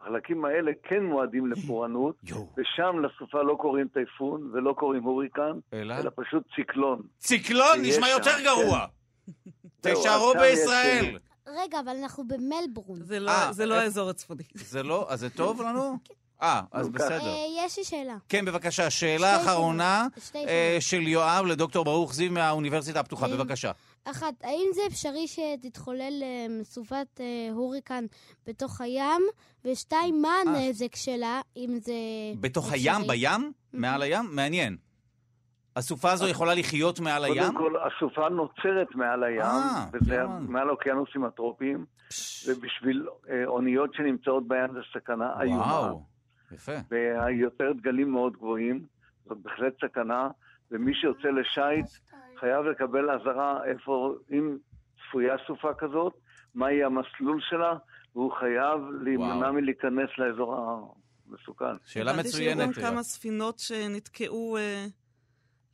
החלקים האלה כן מועדים <laughs> לפורענות, יואו, ושם לסופה לא קוראים טייפון ולא קוראים הוריקן, אלא? אלא פשוט ציקלון. ציקלון יש נשמע שם, יותר כן. גרוע. <laughs> זהו, תישארו אז שם יש, בישראל. רגע, אבל אנחנו במלבורן. זה לא- אה, זה לא איפה- האזור הצפוני. זה לא, אז זה טוב <laughs> לנו? אה, אז נו, בסדר. אה, יש לי שאלה. כן, בבקשה, שתי שאלה אחרונה שאלות, שתי אה, שאלות. של יואב לדוקטור ברוך זיו מהאוניברסיטה הפתוחה, אה, בבקשה. אחת, האם זה אפשרי שתתחולל אה, סופת אה, הוריקן בתוך הים? ושתיים, מה אה. הנזק שלה, אם זה... בתוך אפשרי? הים, בים? מעל הים? מעניין. הסופה הזו יכולה לחיות מעל הים? קודם כל, הסופה נוצרת מעל הים, אה, וזה יאללה. מעל האוקיינוסים הטרופיים, ובשביל אה, אוניות שנמצאות בים זו סכנה איומה. וואו, יפה. ויוצרת גלים מאוד גבוהים, זאת בהחלט סכנה, ומי שיוצא אה, לשייט חייב לקבל אזהרה איפה, אם צפויה סופה כזאת, מה יהיה המסלול שלה, והוא חייב להימנע וואו. מלהיכנס לאזור המסוכן. שאלה הבנתי מצוינת. שהיו אה, גם כמה ספינות שנתקעו, אה,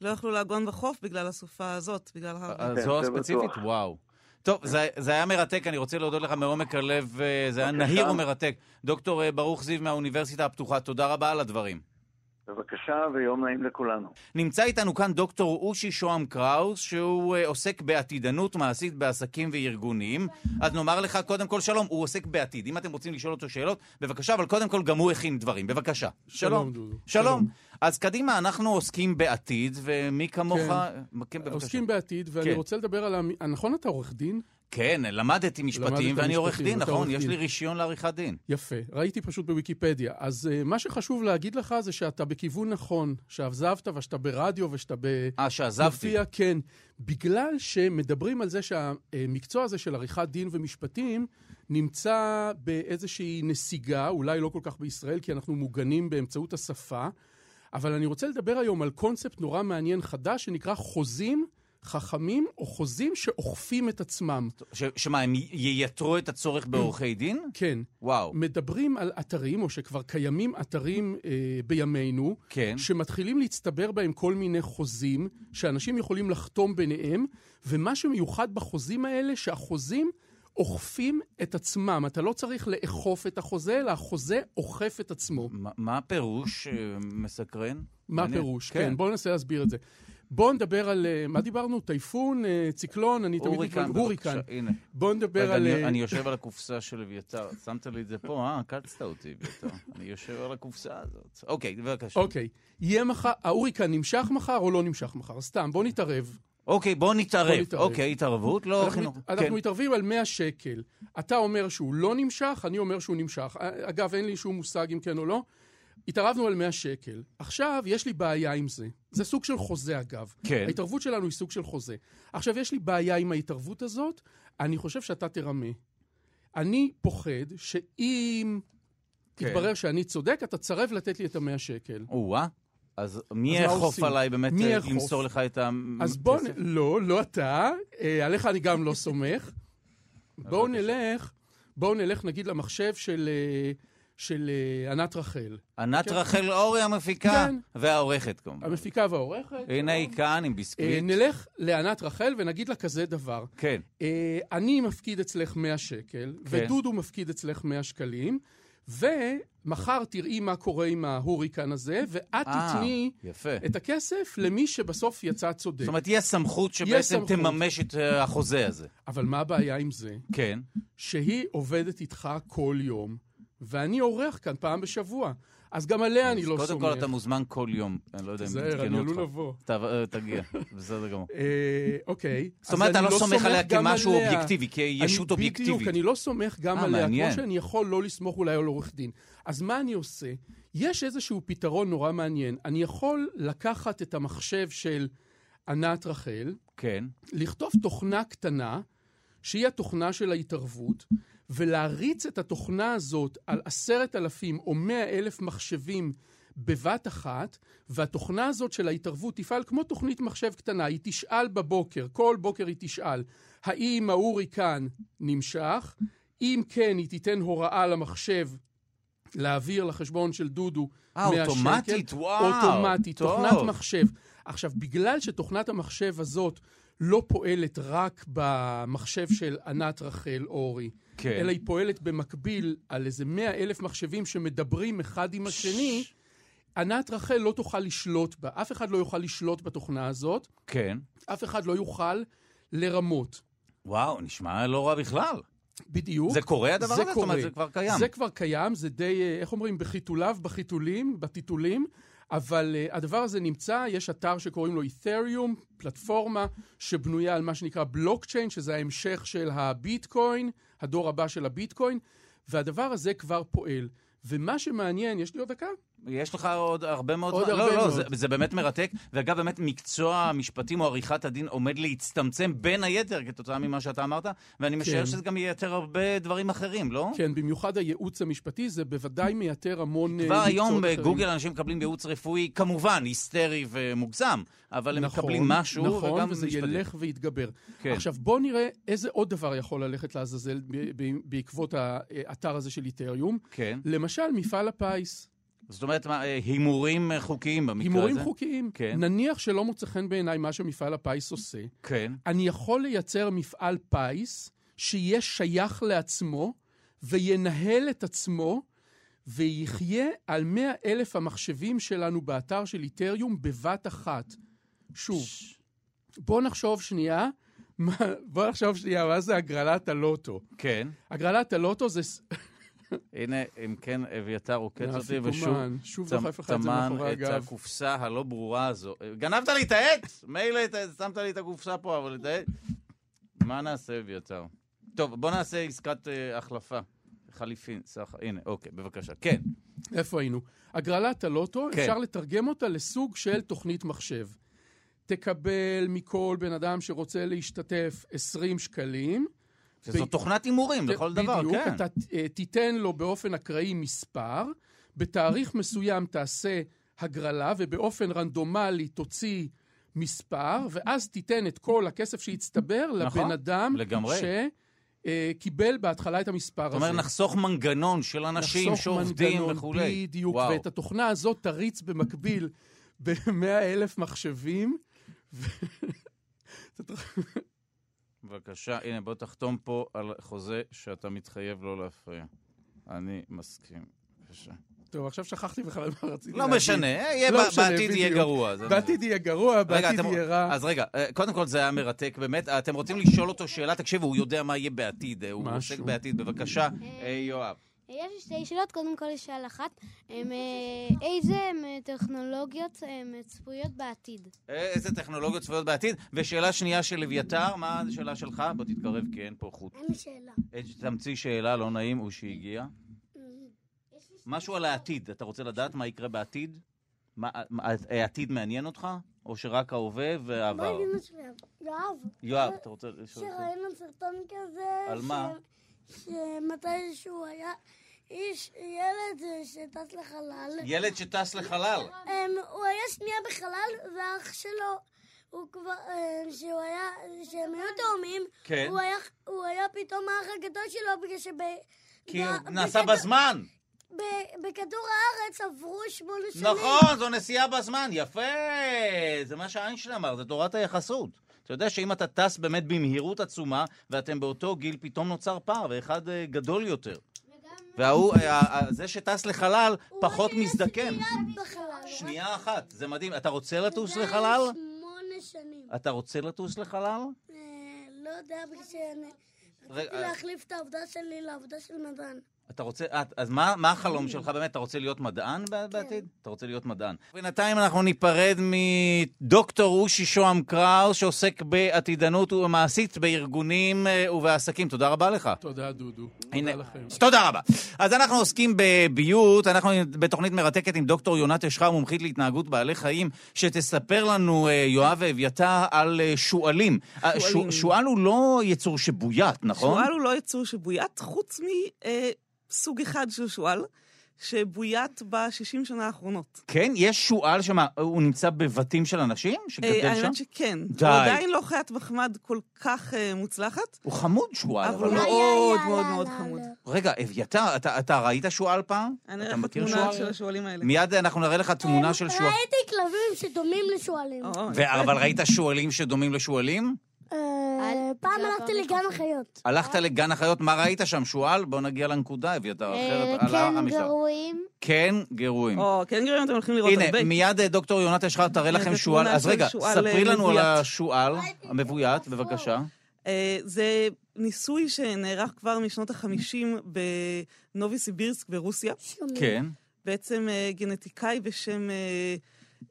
לא יכלו לעגון בחוף בגלל הסופה הזאת, בגלל הר... אה, כן, זו זה הספציפית? בטוח. וואו. טוב, זה, זה היה מרתק, אני רוצה להודות לך מעומק הלב, אה, זה היה בבקשה. נהיר ומרתק. דוקטור אה, ברוך זיו מהאוניברסיטה הפתוחה, תודה רבה על הדברים. בבקשה, ויום נעים לכולנו. נמצא איתנו כאן דוקטור אושי שוהם קראוס, שהוא אה, עוסק בעתידנות מעשית בעסקים וארגונים. אז נאמר לך קודם כל שלום, הוא עוסק בעתיד. אם אתם רוצים לשאול אותו שאלות, בבקשה, אבל קודם כל גם הוא הכין דברים, בבקשה. שלום, דודו. שלום. אז קדימה, אנחנו עוסקים בעתיד, ומי כמוך... כן. כן, בבקשה. עוסקים בעתיד, ואני כן. רוצה לדבר על... המ- נכון אתה עורך דין? כן, למדתי משפטים למדת ואני עורך משפטים, דין, אתה נכון? עורך יש דין. לי רישיון לעריכת דין. יפה, ראיתי פשוט בוויקיפדיה. אז אה, מה שחשוב להגיד לך זה שאתה בכיוון נכון, שעזבת ושאתה ברדיו ושאתה ב... אה, שעזבתי. מופיע, כן. בגלל שמדברים על זה שהמקצוע הזה של עריכת דין ומשפטים נמצא באיזושהי נסיגה, אולי לא כל כך בישראל, כי אנחנו מוגנים באמצעות השפה, אבל אני רוצה לדבר היום על קונספט נורא מעניין חדש, שנקרא חוזים חכמים, או חוזים שאוכפים את עצמם. ש- שמה, הם י- ייתרו את הצורך בעורכי דין? כן. וואו. מדברים על אתרים, או שכבר קיימים אתרים אה, בימינו, כן. שמתחילים להצטבר בהם כל מיני חוזים, שאנשים יכולים לחתום ביניהם, ומה שמיוחד בחוזים האלה, שהחוזים אוכפים את עצמם. אתה לא צריך לאכוף את החוזה, אלא החוזה אוכף את עצמו. מה- מה הפירוש אה, מסקרן? מה מעניין. הפירוש? כן, בואו ננסה להסביר את זה. בואו נדבר על, אה, מה דיברנו? טייפון, אה, ציקלון, אני תמיד... הוריקן, מתבלבל- הוריקן. בבקשה, הנה. בואו נדבר רגע, על... אני- אה, אני יושב על הקופסה של אביתר. שמת לי את זה פה, אה? קצת <laughs> אותי, אביתר. אני יושב על הקופסה הזאת. אוקיי, בבקשה. אוקיי. יהיה מחר, ההוריקן נמשך מחר או לא נמשך מחר? סתם, בואו נתערב. אוקיי, בואו בואו נתערב. נתערב. אוקיי, התערבות, לא אנחנו, חינוך. מת, אנחנו כן. מתערבים על 100 שקל. אתה אומר שהוא לא נמשך, אני אומר שהוא נמשך. א- אגב, אין לי שום מושג אם כן או לא. התערבנו על 100 שקל. עכשיו, יש לי בעיה עם זה. זה סוג של חוזה, אגב. כן. ההתערבות שלנו היא סוג של חוזה. עכשיו, יש לי בעיה עם ההתערבות הזאת, אני חושב שאתה תרמה. אני פוחד שאם כן. יתברר שאני צודק, אתה תסרב לתת לי את המאה שקל. או-אה. אז מי אז מה יאכוף עושים? עליי באמת מי אה, יאכוף? למסור לך את ה... אז בואו, נ- לא, לא אתה, אה, עליך אני גם לא <laughs> סומך. בואו בבקשה. נלך, בואו נלך נגיד למחשב של, אה, של אה, ענת רחל. ענת כן. רחל אורי המפיקה, כן. והעורכת כמובן. המפיקה והעורכת. הנה היא כאן עם אה, ביסקוויט. נלך לענת רחל ונגיד לה כזה דבר. כן, אה, אני מפקיד אצלך 100 שקל, כן. ודודו מפקיד אצלך 100 שקלים, ומחר תראי מה קורה עם ההוריקן הזה, ואת אה. תתני יפה. את הכסף למי שבסוף יצא צודק. זאת אומרת, יש סמכות שבעצם סמכות. תממש את אה, החוזה הזה. אבל מה הבעיה עם זה? כן. שהיא עובדת איתך כל יום, ואני אורח כאן פעם בשבוע. אז גם עליה אני אז לא סומך. קודם כל, אתה מוזמן כל יום. אני לא יודע אם תיזהר, אני עדכנו עלול אותך. לבוא. ת- אה, תגיע, <laughs> בסדר גמור. אה, אוקיי. זאת אומרת, אתה לא סומך עליה גם כמשהו עליה. אובייקטיבי, אני- כישות בדיוק, אובייקטיבית. אני לא סומך גם אה, עליה, מעניין. כמו שאני יכול לא לסמוך אולי על עורך דין. אז מה אני עושה? יש איזשהו פתרון נורא מעניין. אני יכול לקחת את המחשב של ענת רחל, כן. לכתוב תוכנה קטנה, שהיא התוכנה של ההתערבות, ולהריץ את התוכנה הזאת על עשרת אלפים או מאה אלף מחשבים בבת אחת, והתוכנה הזאת של ההתערבות תפעל כמו תוכנית מחשב קטנה. היא תשאל בבוקר, כל בוקר היא תשאל, האם ההוריקן נמשך? אם כן, היא תיתן הוראה למחשב להעביר לחשבון של דודו אה, 100 שקל. אוטומטית, וואו. אוטומטית, טוב. תוכנת מחשב. עכשיו, בגלל שתוכנת המחשב הזאת לא פועלת רק במחשב של ענת רחל אורי, כן. אלא היא פועלת במקביל על איזה 100 אלף מחשבים שמדברים אחד עם השני, ענת רחל לא תוכל לשלוט בה. אף אחד לא יוכל לשלוט בתוכנה הזאת, כן. אף אחד לא יוכל לרמות. וואו, נשמע לא רע בכלל. בדיוק. זה קורה הדבר הזה? זה זאת אומרת, קורה. זה כבר קיים. זה כבר קיים, זה די, אה, איך אומרים, בחיתוליו, בחיתולים, בטיטולים, אבל uh, הדבר הזה נמצא, יש אתר שקוראים לו אית'ריום, פלטפורמה שבנויה על מה שנקרא בלוקצ'יין, שזה ההמשך של הביטקוין, הדור הבא של הביטקוין, והדבר הזה כבר פועל. ומה שמעניין, יש לי עוד דקה? יש לך עוד הרבה מאוד... עוד זמן. הרבה לא, לא, מאוד. זה, זה באמת מרתק. ואגב, באמת, מקצוע המשפטים או עריכת הדין עומד להצטמצם בין היתר כתוצאה ממה שאתה אמרת, ואני משער כן. שזה גם ייתר הרבה דברים אחרים, לא? כן, במיוחד הייעוץ המשפטי, זה בוודאי מייתר המון אה, כבר היום מקצועות אחרים. בגוגל אנשים מקבלים ייעוץ רפואי, כמובן, היסטרי ומוגזם, אבל הם נכון, מקבלים משהו, נכון, וגם וזה משפטי. ילך ויתגבר. כן. כן. עכשיו, בואו נראה איזה עוד דבר יכול ללכת לעזאזל ב- ב- בעקבות האתר הזה של איתריום. כן. למשל, מפעל הפיס. זאת אומרת, מה, אה, הימורים אה, חוקיים במקרה הזה? הימורים חוקיים. כן. נניח שלא מוצא חן בעיניי מה שמפעל הפיס עושה, כן. אני יכול לייצר מפעל פיס שיהיה שייך לעצמו וינהל את עצמו ויחיה על 100 אלף המחשבים שלנו באתר של איתריום בבת אחת. שוב, בואו נחשוב שנייה, מה- בואו נחשוב שנייה, מה זה הגרלת הלוטו? כן. הגרלת הלוטו זה... ס- הנה, אם כן, אביתר עוקץ יופי, אותי, ושוב תומן. שוב טמ- דוחף לך את זה מאחורי את הגב. הקופסה הלא ברורה הזו. אה, גנבת לי את העט! מילא את ה- שמת לי את הקופסה פה, אבל את העט... מה נעשה, אביתר? טוב, בוא נעשה עסקת אה, החלפה. חליפין, סך, הנה, אוקיי, בבקשה. כן, איפה היינו? הגרלת הלוטו, כן. כן. אפשר לתרגם אותה לסוג של תוכנית מחשב. תקבל מכל בן אדם שרוצה להשתתף 20 שקלים. שזו ב- תוכנת הימורים לכל דבר, בדיוק, כן. אתה אה, תיתן לו באופן אקראי מספר, בתאריך מסוים תעשה הגרלה ובאופן רנדומלי תוציא מספר, ואז תיתן את כל הכסף שהצטבר נכון, לבן אדם לגמרי. שקיבל בהתחלה את המספר זאת הזה. אומרת, נחסוך מנגנון של אנשים נחסוך שעובדים מנגנון, וכולי. בדיוק, וואו. ואת התוכנה הזאת תריץ במקביל <laughs> ב-100 אלף מחשבים. ו- <laughs> בבקשה, הנה, בוא תחתום פה על חוזה שאתה מתחייב לא להפריע. אני מסכים. בבקשה. טוב, עכשיו שכחתי בכלל מה רציתי לא להגיד. משנה, יהיה לא ב- משנה, בעתיד יהיה בדיוק. גרוע. זה- בעתיד יהיה גרוע, רגע, בעתיד אתם- יהיה רע. אז רגע, אה, קודם כל זה היה מרתק, באמת. אה, אתם רוצים לשאול אותו שאלה? תקשיבו, הוא יודע מה יהיה בעתיד. אה, הוא משהו. עוסק בעתיד. בבקשה, אה, יואב. יש לי שתי שאלות, קודם כל יש שאלה אחת. הם, אה, איזה אה, טכנולוגיות אה, צפויות בעתיד? אה, איזה טכנולוגיות צפויות בעתיד? ושאלה שנייה של אביתר, מה השאלה שלך? בוא תתקרב, כי אין פה חוט. אין לי שאלה. אה, תמציא שאלה, לא נעים, הוא שהגיע. משהו על העתיד. אתה רוצה לדעת מה יקרה בעתיד? מה- אה, מה- העתיד מעניין אותך? או שרק ההווה מה והעבר? הגיונות שלהם? יואב, אה, יואב, אתה רוצה לשאול אותי? שראינו סרטון כזה... על ש- מה? שמתישהו היה איש, ילד אה, שטס לחלל. ילד שטס לחלל. אמ, הוא היה שנייה בחלל, ואח שלו, הוא כבר, אמ, שהוא היה, שהם היו תאומים, כן. הוא היה- הוא היה פתאום האח הגדול שלו, בגלל שב... כי ב- הוא נסע בכדור- בזמן. ב- בכדור הארץ עברו שמונה שנים. נכון, זו נסיעה בזמן, יפה. זה מה שאיינשטיין אמר, זה תורת היחסות. אתה יודע שאם אתה טס באמת במהירות עצומה, ואתם באותו גיל, פתאום נוצר פער, ואחד אה, גדול יותר. וההוא, אה, אה, זה שטס לחלל, פחות מזדקן. בחלל. שנייה אחת, זה מדהים. אתה רוצה לטוס זה היה לחלל? שמונה שנים. אתה רוצה לטוס לחלל? אה, לא יודע, בגלל שאני... רציתי רגע, אה. להחליף את העבודה שלי לעבודה של מדען. אתה רוצה, אה, אז מה, מה החלום שלך באמת? אתה רוצה להיות מדען ב- כן. בעתיד? אתה רוצה להיות מדען. בינתיים אנחנו ניפרד מדוקטור אושי שוהם קראוס, שעוסק בעתידנות ומעשית בארגונים אה, ובעסקים. תודה רבה לך. תודה, דודו. הנה, תודה לכם. תודה רבה. אז אנחנו עוסקים בביוט, אנחנו בתוכנית מרתקת עם דוקטור יונת אשחר, מומחית להתנהגות בעלי חיים, שתספר לנו, אה, יואב ואביתר, על אה, שועלים. אה, שוע- שועלים. שועל הוא לא יצור שבוית, נכון? שועל הוא לא יצור שבוית, חוץ מסוג אחד של שועל, שבוית ב-60 שנה האחרונות. כן, יש שועל שמה, הוא נמצא בבתים של אנשים? אה, שגדל שם? האמת שכן. די. הוא עדיין לא חיית מחמד כל כך אה, מוצלחת, הוא חמוד שועל, אבל הוא אבל לא... לא- מאוד לא, מאוד לא, מאוד לא, חמוד. רגע, אביתר, אתה, אתה ראית שועל פעם? אני אתה אראה לך מכיר תמונה שועל? של השועלים האלה. מיד אנחנו נראה לך תמונה אמ, של שועל. ראיתי כלבים שדומים לשועלים. או, או, ו- אבל ראית שועלים שדומים לשועלים? אה, אל- פעם לא, הלכתי פעם לגן החיות. הלכת לגן החיות, מה ראית שם, שועל? בוא נגיע לנקודה, אביתר, אחרת אה, עלה כן, המשטר. גרועים. כן, גרועים. או, קנגורים אתם הולכים לראות הרבה. הנה, מיד אה, דוקטור יונת אשחר תראה אה, לכם זו שועל. תמונה אז של רגע, שועל, ספרי אה, לנו על מבוית. השועל המבוית, בבקשה. אה, זה ניסוי שנערך כבר משנות החמישים בנובי סיבירסק ברוסיה. כן. בעצם אה, גנטיקאי בשם אה,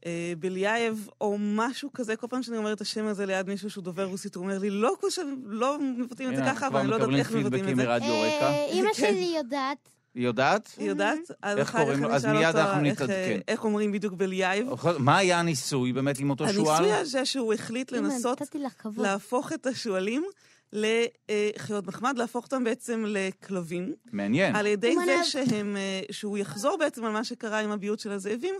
אה, בלייב, או משהו כזה, כל פעם שאני אומר את השם הזה ליד מישהו שהוא דובר רוסית, הוא אומר לי, לא חושב, לא מבטאים את זה הנה, ככה, כבר אבל אני לא יודעת מקבלים איך מבטאים את פידבקים זה. מרדיו רקע. אה, אימא כן. שלי יודעת. היא יודעת? היא יודעת? אז איך אחר כך קוראים לו? אני אז אשאל מיד אותו אנחנו איך, אה, נתעדכן. איך אומרים בדיוק בלייב. מה היה הניסוי באמת עם אותו שועל? הניסוי הזה שהוא החליט אימא, לנסות נתתי לך כבוד. להפוך את השועלים לחיות מחמד, להפוך אותם בעצם לכלבים. מעניין. על ידי הוא זה מנהל- שהם, אה, שהוא יחזור בעצם על מה שקרה עם הביוט של הזאבים,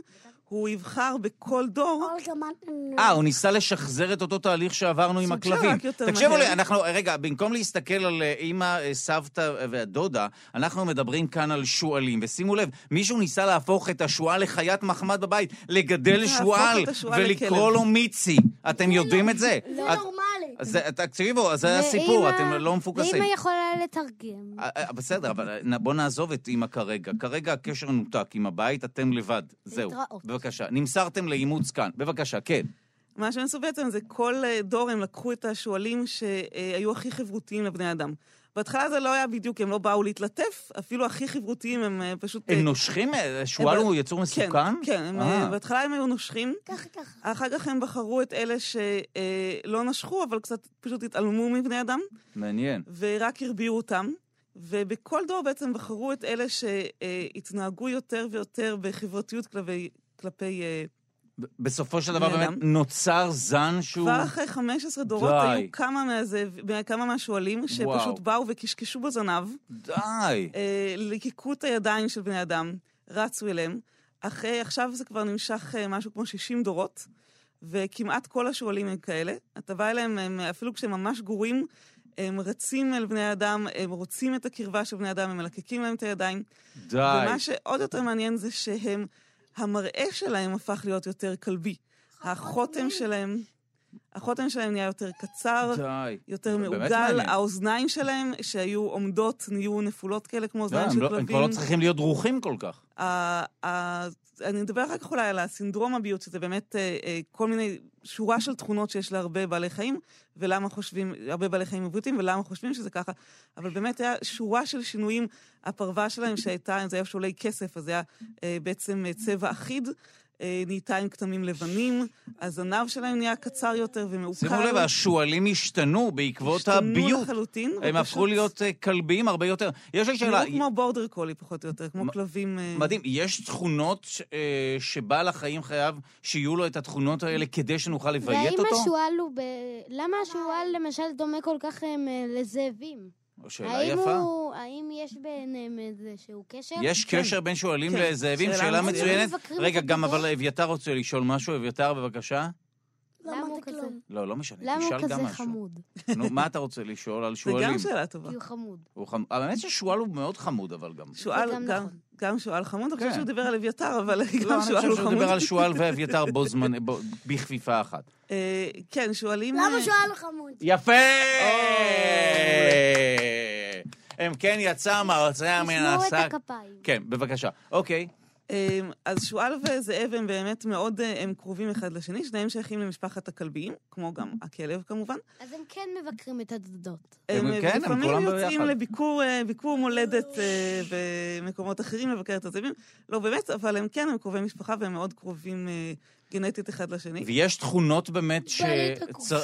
הוא יבחר בכל דור, אולגה מנ- אה, הוא ניסה לשחזר את אותו תהליך שעברנו עם סוג של הכלבים. רק יותר תקשיבו מהר. לי, אנחנו, רגע, במקום להסתכל על אה, אימא, אה, סבתא אה, והדודה, אנחנו מדברים כאן על שועלים. ושימו לב, מישהו ניסה להפוך את השועל לחיית מחמד בבית, לגדל להפוך שועל את השועל ולקרוא לכלב. לו מיצי. אתם יודעים את זה? זה אז- נורמלי. אז אה, תקשיבו, אז זה הסיפור, ואמא- אתם לא מפוקסים. ואמא יכולה לתרגם. אה, אה, בסדר, אבל אה, נ- בוא נעזוב את אימא כרגע. כרגע הקשר נותק עם הבית, אתם לבד. זהו. להתראות. בבקשה. נמסרתם לאימוץ כאן. בבקשה, כן. מה שהם עשו בעצם זה כל אה, דור הם לקחו את השועלים שהיו הכי חברותיים לבני אדם. בהתחלה זה לא היה בדיוק, הם לא באו להתלטף, אפילו הכי חברותיים הם אה, פשוט... אה, הם נושכים? אה, שועל הם- הוא יצור מסוכן? כן, כן, הם, אה. אה, בהתחלה הם היו נושכים, ככה ככה. אחר כך הם בחרו את אלה שלא נשכו, אבל קצת פשוט התעלמו מבני אדם, מעניין. ורק הרביעו אותם. ובכל דור בעצם בחרו את אלה שהתנהגו יותר ויותר בחברתיות כלפי... כלפי אה, ב- בסופו של דבר בן באמת אדם. נוצר זן שהוא... כבר אחרי 15 דורות די. היו כמה, מהזאב, כמה מהשועלים שפשוט באו וקשקשו בזנב. די. אה, ליקקו את הידיים של בני אדם, רצו אליהם. אחרי, עכשיו זה כבר נמשך אה, משהו כמו 60 דורות, וכמעט כל השועלים הם כאלה. אתה בא אליהם, הם, אה, אפילו כשהם ממש גורים, הם רצים אל בני אדם, הם רוצים את הקרבה של בני אדם, הם מלקקים להם את הידיים. די. ומה שעוד יותר מעניין זה שהם, המראה שלהם הפך להיות יותר כלבי. החותם שלהם, החותם שלהם נהיה יותר קצר. די. יותר באמת מעוגל, מעניין. האוזניים שלהם, שהיו עומדות, נהיו נפולות כאלה, כמו די, אוזניים הם של לא- הם כבר לא כלבים. צריכים להיות דרוכים כל כך. ה- ה- אני אדבר אחר כך אולי על הסינדרום הביוט, שזה באמת אה, אה, כל מיני, שורה של תכונות שיש להרבה בעלי חיים, ולמה חושבים, הרבה בעלי חיים עיוותים, ולמה חושבים שזה ככה. אבל באמת היה שורה של שינויים, הפרווה שלהם שהייתה, אם זה היה שולי כסף, אז זה היה אה, בעצם אה, צבע אחיד. אה, נהייתה עם כתמים לבנים, הזנב שלהם נהיה קצר יותר ומעוקל. שימו לב, השועלים השתנו בעקבות השתנו הביוט. לחלוטין. הם הפכו ופשוט- להיות אה, כלביים הרבה יותר. יש לי שאלה, נראו כמו בורדר קולי פחות או יותר, מ- כמו כלבים... אה, מדהים, יש תכונות ש- אה, שבעל החיים חייב שיהיו לו את התכונות האלה כדי שנוכל לביית והאם אותו? השועל הוא ב... למה השועל למשל דומה כל כך הם, אה, לזאבים? שאלה האם יפה. הוא- האם יש ביניהם איזשהו קשר? יש כן. קשר בין שועלים כן, לזאבים? שאלה שאלה מצוינת. מצוינת. מבקרים רגע, אותו גם בדרך? אבל אביתר רוצה לשאול משהו. אביתר, בבקשה. לא למה הוא אמרתי כזה? כלום. לא, לא משנה, למה הוא תשאל גם כזה משהו. חמוד? נו, מה אתה רוצה לשאול על זה שועלים? גם שאלה טובה. כי הוא חמוד. הוא חמ- האמת ששועל הוא מאוד חמוד, אבל גם. שועל, זה גם גם- נכון. גם שועל חמוד, אני חושבת כן. שהוא דיבר על אביתר, אבל לא, גם אני שועל חושב הוא שהוא חמוד. דיבר על שועל ואביתר בו זמן, בו- בכפיפה אחת. <laughs> אה, כן, שועלים... למה אה, שואל חמוד? יפה! הם כן יצא מרצע מן תשמעו השק. את הכפיים. כן, בבקשה. אוקיי. אה, אז שועל וזאב הם באמת מאוד, אה, הם קרובים אחד לשני, שניהם שייכים למשפחת הכלביים, כמו גם הכלב כמובן. אז הם כן מבקרים את הדודות. אה, הם- כן, הם לפעמים כולם יוצאים ביחד. לביקור אה, ביקור מולדת אה, במקומות אחרים לבקר את הזאבים. לא באמת, אבל הם כן, הם קרובי משפחה והם מאוד קרובים אה, גנטית אחד לשני. ויש תכונות באמת ש... בעלת צר- הקופסה.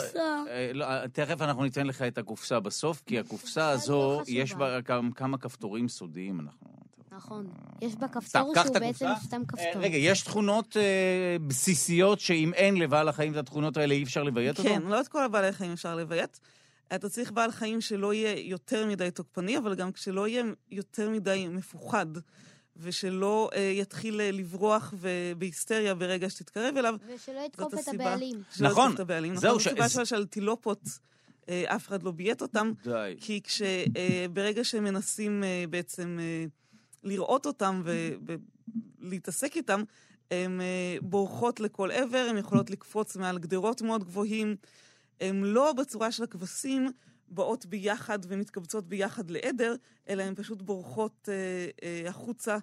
אה, לא, תכף אנחנו ניתן לך את הקופסה בסוף, כי הקופסה הזו, לא חשובה. יש בה גם כמה כפתורים סודיים, אנחנו... נכון. יש בה סתם, כפתור קח את שהוא בעצם הקופסה. סתם אה, כפתור. רגע, יש תכונות אה, בסיסיות שאם אין לבעל החיים את התכונות האלה, אי אפשר לביית אותו? כן, לא את כל הבעלי חיים אפשר לביית. אתה צריך בעל חיים שלא יהיה יותר מדי תוקפני, אבל גם כשלא יהיה יותר מדי מפוחד, ושלא אה, יתחיל אה, לברוח ו- בהיסטריה ברגע שתתקרב אליו. ושלא יתקוף זאת לא את הסיבה. הבעלים. שלא נכון, יתקוף את הבעלים. זהו, נכון, ש- זו סיבה זה- שלו של טילופות, אה, אף אחד לא ביית אותם, די. כי כש... אה, ברגע שהם מנסים אה, בעצם אה, לראות אותם ולהתעסק איתם, הן אה, בורחות לכל עבר, הן יכולות לקפוץ מעל גדרות מאוד גבוהים. הן לא בצורה של הכבשים באות ביחד ומתקבצות ביחד לעדר, אלא הן פשוט בורחות אה, אה, החוצה,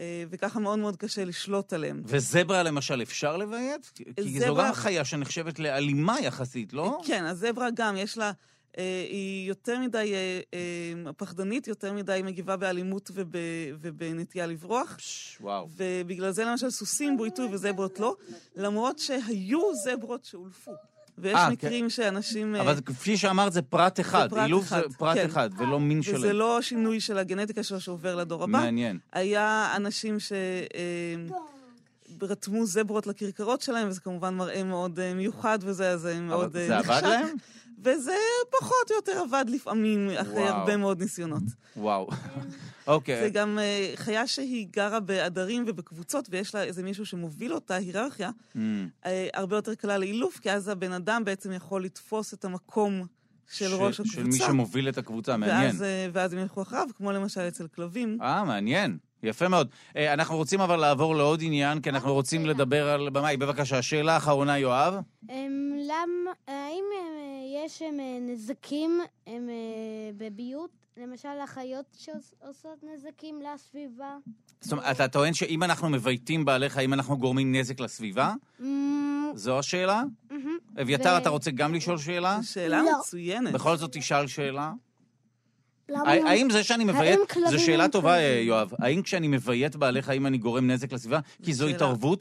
אה, וככה מאוד מאוד קשה לשלוט עליהן. וזברה למשל אפשר לביית? כי זו זברה- גם חיה שנחשבת לאלימה יחסית, לא? כן, הזברה גם, יש לה... אה, היא יותר מדי אה, אה, פחדנית, יותר מדי מגיבה באלימות וב, ובנטייה לברוח. פש, וואו. ובגלל זה למשל סוסים בויתו וזברות לא, למרות שהיו זברות שאולפו. ויש אה, מקרים שאנשים... אה, אבל כפי שאמרת, זה פרט אחד. זה פרט אילוף אחד, זה פרט כן. אחד, ולא מין שלם. וזה לא שינוי של הגנטיקה שלו שעובר לדור הבא. מעניין. היה אנשים שרתמו זברות לכרכרות שלהם, וזה כמובן מראה מאוד אה, מיוחד וזה, אז זה אבל מאוד אה, זה עבד להם? וזה פחות או יותר עבד לפעמים, אחרי וואו. הרבה מאוד ניסיונות. וואו. <laughs> זה אוקיי. גם אה, חיה שהיא גרה בעדרים ובקבוצות, ויש לה איזה מישהו שמוביל אותה, היררכיה. אמ, אה, הרבה יותר קלה לאילוף, כי אז הבן אדם בעצם יכול לתפוס את המקום של ש- ראש של מי הקבוצה. שמוביל את הקבוצה, מעניין. ואז, אה, ואז הם ילכו אחריו, כמו למשל אצל כלבים. אה, מעניין. יפה מאוד. אה, אנחנו רוצים אבל לעבור לעוד עניין, כי אנחנו רוצים אוקיי. שאלה. לדבר על במאי. בבקשה, שאלה אחרונה, יואב. הם, למה, האם הם, אה, יש הם, אה, נזקים הם, אה, בביוט? למשל, החיות שעושות נזקים לסביבה? זאת אומרת, אתה טוען שאם אנחנו מבייתים בעלי חיים, אנחנו גורמים נזק לסביבה? אמ, זו השאלה? מהמם. אביתר, ו- אתה רוצה גם לשאול שאלה? זו שאלה לא. מצוינת. בכל זאת תשאל שאלה. למה האם לא? האם זה שאני מביית, כלבים זו הם שאלה טובה, אה, כלבים? יואב, האם כשאני מביית בעלי חיים אני גורם נזק לסביבה? כי זו שאלה- התערבות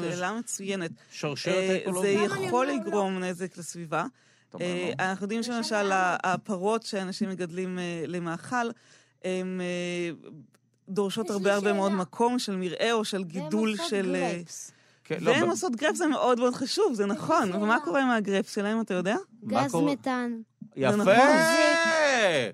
שאלה מצוינת. בשרשרת אה, זה האקולוגית? למה אני יכול אומר לא? לגרום נזק לסביבה. אתה אומר אה, לא. אנחנו יודעים שלמשל ה- הפרות שאנשים מגדלים אה, למאכל, הן אה, דורשות יש לי הרבה הרבה שאלה. מאוד מקום של מרעה או של גידול עושות של... אה, גרייפס. כן, לא, והן ב- עושות גרפס, זה מאוד מאוד חשוב, זה נכון. שאלה. ומה קורה עם הגרפס שלהם, אתה יודע? מה גז קורה? מתאן. יפה! נכון. מחזיק.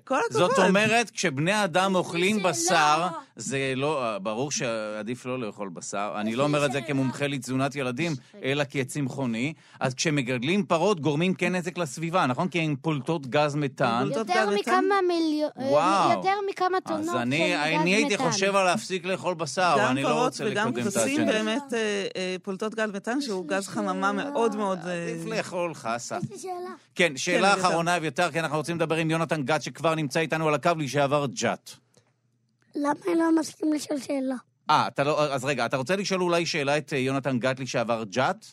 כל הכבוד. זאת אומרת, כשבני האדם אוכלים שאלה. בשר, זה לא, ברור שעדיף לא לאכול בשר. אני לא אומר את זה שאלה. כמומחה לתזונת ילדים, אלא כצמחוני. אז כשמגדלים פרות, גורמים כן נזק לסביבה, נכון? כי הן פולטות גז מתאן. פולטות גז יותר מתאן? מכמה מיליון... וואו. יותר מכמה טונות אז של גז אני, מתאן. אני הייתי חושב על להפסיק לאכול בשר, אבל גם אני לא פרות רוצה וגם לקדם את כבשים האג'נדה. באמת אה, אה, פולטות גז מתאן, שהוא גז חממה מאוד מאוד... אה, עדיף לאכול חסה. יש לי שאלה. כן, שאלה אביתר. אחרונה, אביתר, כי אנחנו רוצים לדבר עם יונתן גת, שכבר נמצא איתנו על הקו, לשעבר ג'ת. למה אני לא מסכים לשאול שאלה? אה, אתה לא, אז רגע, אתה רוצה לשאול אולי שאלה את אה, יונתן גת, לשעבר ג'ת?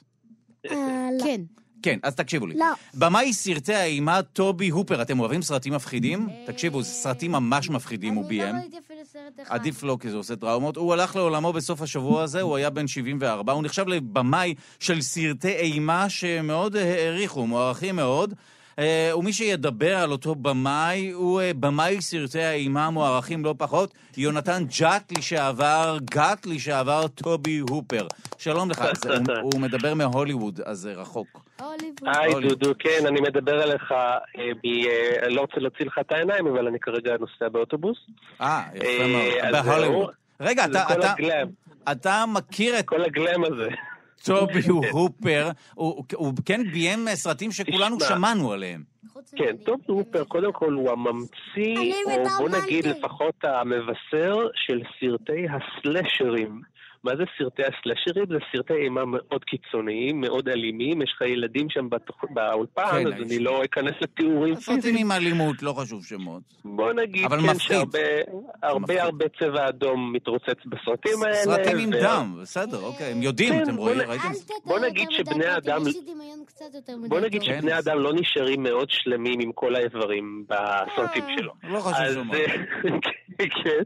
אה, לא. כן. כן, אז תקשיבו לי. לא. במאי סרטי האימה טובי הופר, אתם אוהבים סרטים מפחידים? תקשיבו, זה סרטים ממש מפחידים הוא אה, אני ביים. לא ראיתי אפילו סרט אחד. עדיף לא, כי זה עושה טראומות. הוא הלך לעולמו בסוף השבוע הזה, הוא היה בן 74. הוא נחשב לבמאי של סרטי אימה שמאוד אה, העריכו, מוערכים מאוד. אה, ומי שידבר על אותו במאי, הוא אה, במאי סרטי האימה המוערכים לא פחות, יונתן ג'אט לשעבר, גת לשעבר, טובי הופר. שלום לך, זה- הוא- הוא מדבר מהוליווד, אז זה רחוק. הוליווד. היי אולי. דודו, כן, אני מדבר אליך, אה, ב- אה, אני לא רוצה להוציא לך את העיניים, אבל אני כרגע נוסע באוטובוס. אה, יפה אה, מאוד, אז בהוליווד. זהו. רגע, זה אתה, כל אתה, הגלם, אתה מכיר את כל הגלם הזה. <laughs> כן. טובי הופר, הוא, הוא- הוא כן ביים סרטים שכולנו תשמע. שמענו עליהם. חוץ כן, ממני. טוב טרופר, קודם כל הוא אני הממציא, או בוא מתאמנתי. נגיד לפחות המבשר של סרטי הסלשרים. מה זה סרטי הסלשרים? זה סרטי אימה מאוד קיצוניים, מאוד אלימים, יש לך ילדים שם בתוכ... באולפן, כן, אז יש. אני לא אכנס לתיאורים סרטים עם אלימות, לא חשוב שמות. בוא נגיד אבל כן מפחיד. שהרבה מפחיד. הרבה הרבה צבע אדם מתרוצץ בסרטים האלה. סרטים עם ו- דם, בסדר, אוקיי, הם יודעים, כן, אתם בוא רואים, נ- ראיתם? אל תתאר בוא נגיד יותר מדי שבני פרטים, האדם- יש לי דמיון קצת יותר מדי בוא נגיד טוב. כן. שבני אדם לא נשארים מאוד שלמים עם כל האיברים בסרטים שלו. לא חשוב אז, שמות. אה, <laughs> כן.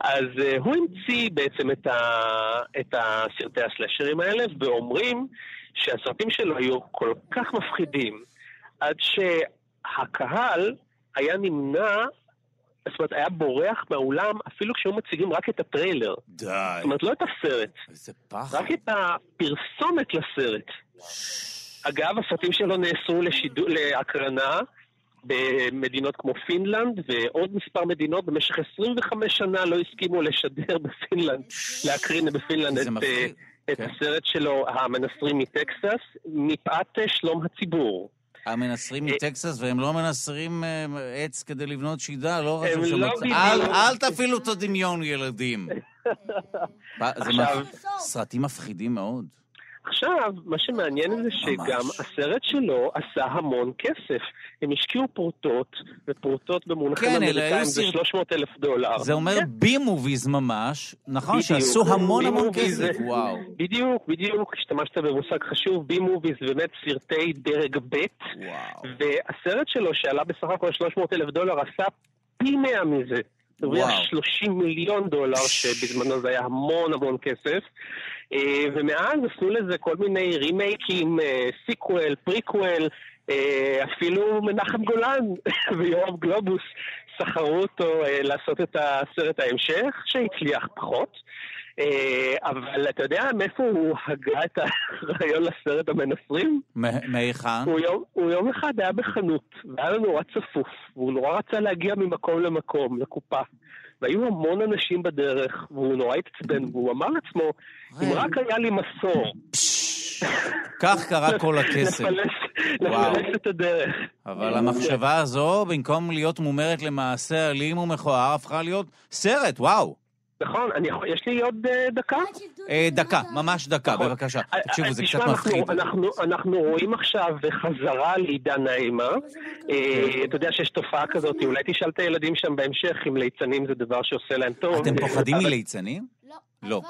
אז אה, הוא המציא בעצם את ה- את הסרטי הסלאשרים האלה, ואומרים שהסרטים שלו היו כל כך מפחידים, עד שהקהל היה נמנע, זאת אומרת, היה בורח מהאולם אפילו כשהיו מציגים רק את הטריילר. די, זאת אומרת, לא את הסרט. איזה פחד. רק את הפרסומת לסרט. אגב, הסרטים שלו נאסרו לשידו- להקרנה במדינות כמו פינלנד, ועוד מספר מדינות במשך 25 שנה לא הסכימו לשדר בפינלנד, להקרין בפינלנד זה את, מפחיד. אה, את כן. הסרט שלו, המנסרים מטקסס, מפאת אה, שלום הציבור. המנסרים אה. מטקסס, והם לא מנסרים אה, עץ כדי לבנות שידה, לא הם חשוב לא שמות. בדיוק. אל- אל תפעילו את הדמיון, <laughs> ילדים. פ- זה עכשיו- מפ- סרטים מפחידים מאוד. עכשיו, מה שמעניין זה שגם ממש. הסרט שלו עשה המון כסף. הם השקיעו פרוטות, ופרוטות במונחים כן, אלה היו אמריקאים זה סרט- 300 אלף דולר. זה אומר כן. בי מוביז ממש, נכון? בדיוק. שעשו המון המון B-movies כסף, זה- וואו. בדיוק, בדיוק, השתמשת במושג חשוב, בי-מוביז, באמת סרטי דרג ב', וואו. והסרט שלו, שעלה בסך הכל 300 אלף דולר, עשה פי 100 מזה. הוא הרוויח וואו. 30 מיליון דולר, שבזמנו זה היה המון המון כסף. אה, ומאז עשו לזה כל מיני רימייקים, אה, סיקוול, פריקוול, אה, אפילו מנחם גולן <laughs> ויואב גלובוס סחרו אותו אה, לעשות את הסרט ההמשך, שהצליח פחות. אה, אבל אתה יודע מאיפה הוא הגה את <laughs> הרעיון לסרט המנסרים? מ- מהיכן? הוא יום, הוא יום אחד היה בחנות, והיה לו נורא צפוף, והוא נורא רצה להגיע ממקום למקום, לקופה. והיו המון אנשים בדרך, והוא נורא התעצבן, והוא אמר לעצמו, אם רגע. רק היה לי מסור, כך <laughs> קרה כל הכסף. לפלס, וואו. לפלס את הדרך. אבל המחשבה הזו, במקום להיות מומרת למעשה אלים ומכוער, הפכה להיות סרט, וואו. נכון, אני יכול, יש לי עוד אה, דקה? אה, דקה, ממש דקה, נכון. בבקשה. אה, תקשיבו, אה, זה תשמע, קצת אנחנו- מפחיד. אנחנו- אנחנו רואים עכשיו חזרה לעידן האימה. אה, אתה יודע שיש תופעה כזאת, אולי תשאל את הילדים שם בהמשך אם ליצנים זה דבר שעושה להם טוב. אתם פוחדים אבל- מליצנים? לא. לא. אבל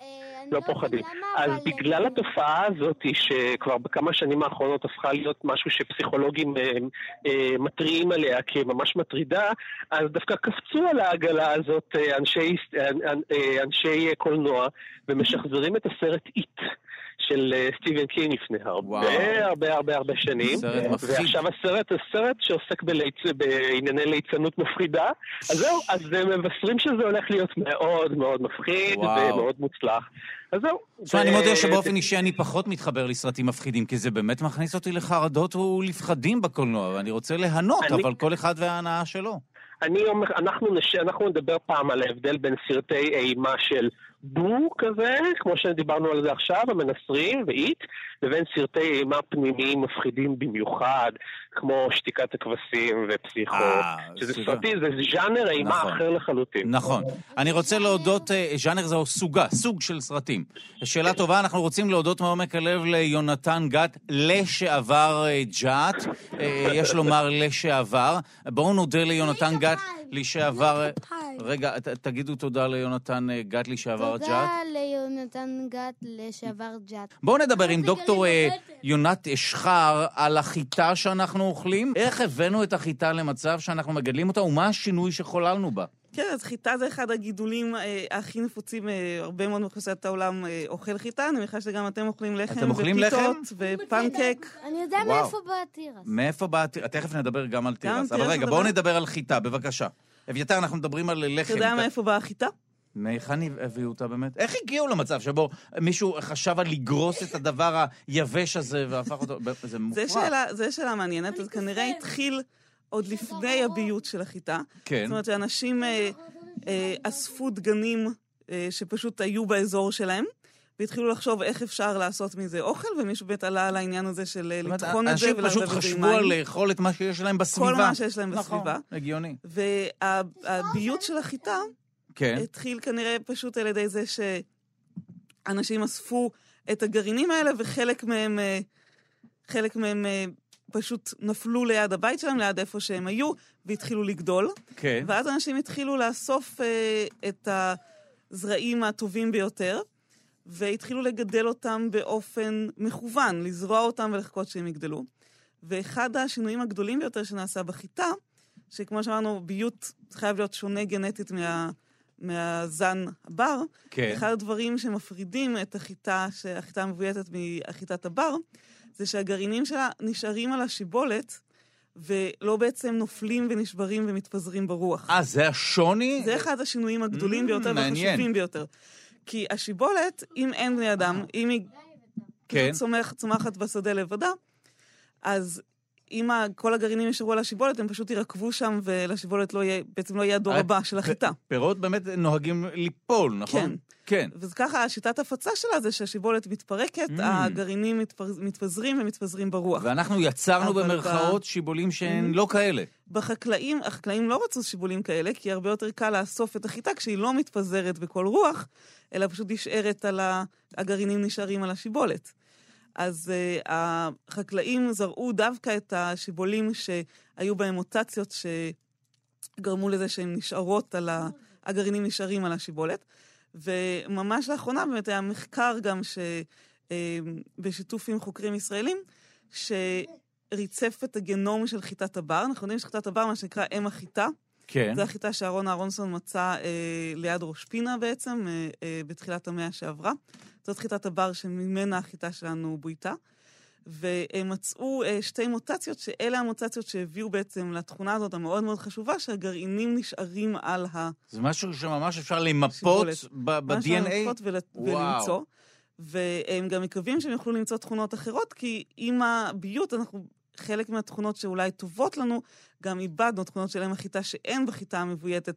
אה, אני לא לא פוחדים. יודעת למה, אז אבל- אה, בגלל התופעה הזאת שכבר בכמה שנים האחרונות הפכה להיות משהו שפסיכולוגים אה, אה, מתריעים עליה כממש מטרידה, אז דווקא קפצו על העגלה הזאת אה, אנשי, אה, אה, אנשי אה, קולנוע ומשחזרים את הסרט איט. של אה, סטיבן קינג לפני וואו. הרבה הרבה הרבה הרבה שנים. אה, סרט מפחיד. ועכשיו הסרט, הסרט שעוסק בליצ... בענייני ליצנות מפחידה. אז זהו, אז אה, מבשרים שזה הולך להיות מאוד מאוד מפחיד וואו. ומאוד מוצלח. אז זהו. תשמע, אני ו- מודה שבאופן אישי אני פחות מתחבר לסרטים מפחידים, כי זה באמת מכניס אותי לחרדות ולפחדים בקולנוע, ואני רוצה ליהנות, אני- אבל כל אחד וההנאה שלו. אני אומר, אנחנו, נש... אנחנו נדבר פעם על ההבדל בין סרטי אימה של בו כזה, כמו שדיברנו על זה עכשיו, המנסרים ואיט, לבין סרטי אימה פנימיים מפחידים במיוחד, כמו שתיקת הכבשים ופסיכו. אה, שזה סליחה. סרטים, זה ז'אנר אימה נכון. אחר לחלוטין. נכון. אני רוצה להודות, אה, ז'אנר זהו סוגה, סוג של סרטים. שאלה טובה, אנחנו רוצים להודות מעומק הלב ליונתן גת, לשעבר אה, ג'ת, אה, יש לומר לשעבר. בואו נודה ליונתן גת, לשעבר... אה, היי. רגע, ת- תגידו תודה ליונתן אה, גת, לשעבר ג'ת. תודה ליונתן גת לשעבר ג'ת. בואו נדבר עם זה דוקטור גלים אה, בבטן. יונת אשחר על החיטה שאנחנו אוכלים. איך הבאנו את החיטה למצב שאנחנו מגדלים אותה, ומה השינוי שחוללנו בה? כן, אז חיטה זה אחד הגידולים אה, הכי נפוצים, אה, הרבה מאוד מאוכלוסיית העולם אה, אוכל חיטה, אני מניחה שגם אתם אוכלים לחם. אתם אוכלים ופיתות לחם? ופנקק. אני יודע וואו. מאיפה בא התירס. מאיפה באה... הת- תכף נדבר גם על תירס. אבל תירס רגע, נדבר? בואו נדבר על חיטה, בבקשה. אביתר, אנחנו מדברים על לחם. אתה יודע מאיפה באה החיטה? מהיכן הביאו אותה באמת? איך הגיעו למצב שבו מישהו חשב על לגרוס את הדבר היבש הזה והפך אותו... זה מופרע. זה שאלה, זה שאלה מעניינת, זה כנראה התחיל עוד לפני הביוט של החיטה. כן. זאת אומרת שאנשים אה, אה, אספו דגנים אה, שפשוט היו באזור שלהם. והתחילו לחשוב איך אפשר לעשות מזה אוכל, ומישהו באמת עלה על העניין הזה של אה, זאת אומרת, לטחון את זה אנשים פשוט ולערבב את זה עם חשבו מים. על לאכול את מה שיש להם בסביבה. כל מה שיש להם בסביבה. נכון, הגיוני. והביוט של החיטה כן. התחיל כנראה פשוט על ידי זה שאנשים אספו את הגרעינים האלה, וחלק מהם, אה, חלק מהם אה, פשוט נפלו ליד הבית שלהם, ליד איפה שהם היו, והתחילו לגדול. כן. ואז אנשים התחילו לאסוף אה, את הזרעים הטובים ביותר, והתחילו לגדל אותם באופן מכוון, לזרוע אותם ולחכות שהם יגדלו. ואחד השינויים הגדולים ביותר שנעשה בחיטה, שכמו שאמרנו, ביוט חייב להיות שונה גנטית מה, מהזן הבר, כן. אחד הדברים שמפרידים את החיטה, החיטה המבויתת מחיטת הבר, זה שהגרעינים שלה נשארים על השיבולת, ולא בעצם נופלים ונשברים ומתפזרים ברוח. אה, זה השוני? זה אחד השינויים הגדולים Mm, ביותר מעניין. והחשובים ביותר. כי השיבולת, אם אין בני אדם, אם היא אה. כאילו כן. צומח, צומחת בשדה לבדה, אז אם ה- כל הגרעינים יישארו על השיבולת, הם פשוט יירקבו שם, ולשיבולת לא יהיה, בעצם לא יהיה הדור אה, הבא של החיטה. פירות באמת נוהגים ליפול, נכון? כן. כן. וככה, השיטת הפצה שלה זה שהשיבולת מתפרקת, Mm. הגרעינים מתפר- מתפזרים ומתפזרים ברוח. ואנחנו יצרנו אבל במרכאות שיבולים שהן לא כאלה. בחקלאים, החקלאים לא רצו שיבולים כאלה, כי הרבה יותר קל לאסוף את החיטה כשהיא לא מתפזרת בכל רוח, אלא פשוט נשארת על ה... הגרעינים נשארים על השיבולת. אז uh, החקלאים זרעו דווקא את השיבולים שהיו בהם מוטציות שגרמו לזה שהן נשארות על ה... הגרעינים נשארים על השיבולת. וממש לאחרונה באמת היה מחקר גם ש... אה, בשיתוף עם חוקרים ישראלים, שריצף את הגנום של חיטת הבר. אנחנו יודעים שחיטת הבר, מה שנקרא אם החיטה, כן. זו החיטה שאהרון אהרונסון מצא אה, ליד ראש פינה בעצם, אה, אה, בתחילת המאה שעברה. זאת חיטת הבר שממנה החיטה שלנו בויתה. והם מצאו אה, שתי מוטציות, שאלה המוטציות שהביאו בעצם לתכונה הזאת המאוד מאוד חשובה, שהגרעינים נשארים על ה... זה משהו שממש אפשר למפות שיבולת. ב- ממש ב-DNA. לנפות ול... וואו. ולמצוא. והם גם מקווים שהם יוכלו למצוא תכונות אחרות, כי עם הביוט אנחנו, חלק מהתכונות שאולי טובות לנו, גם איבדנו תכונות שלהם החיטה שאין בחיטה המבויתת.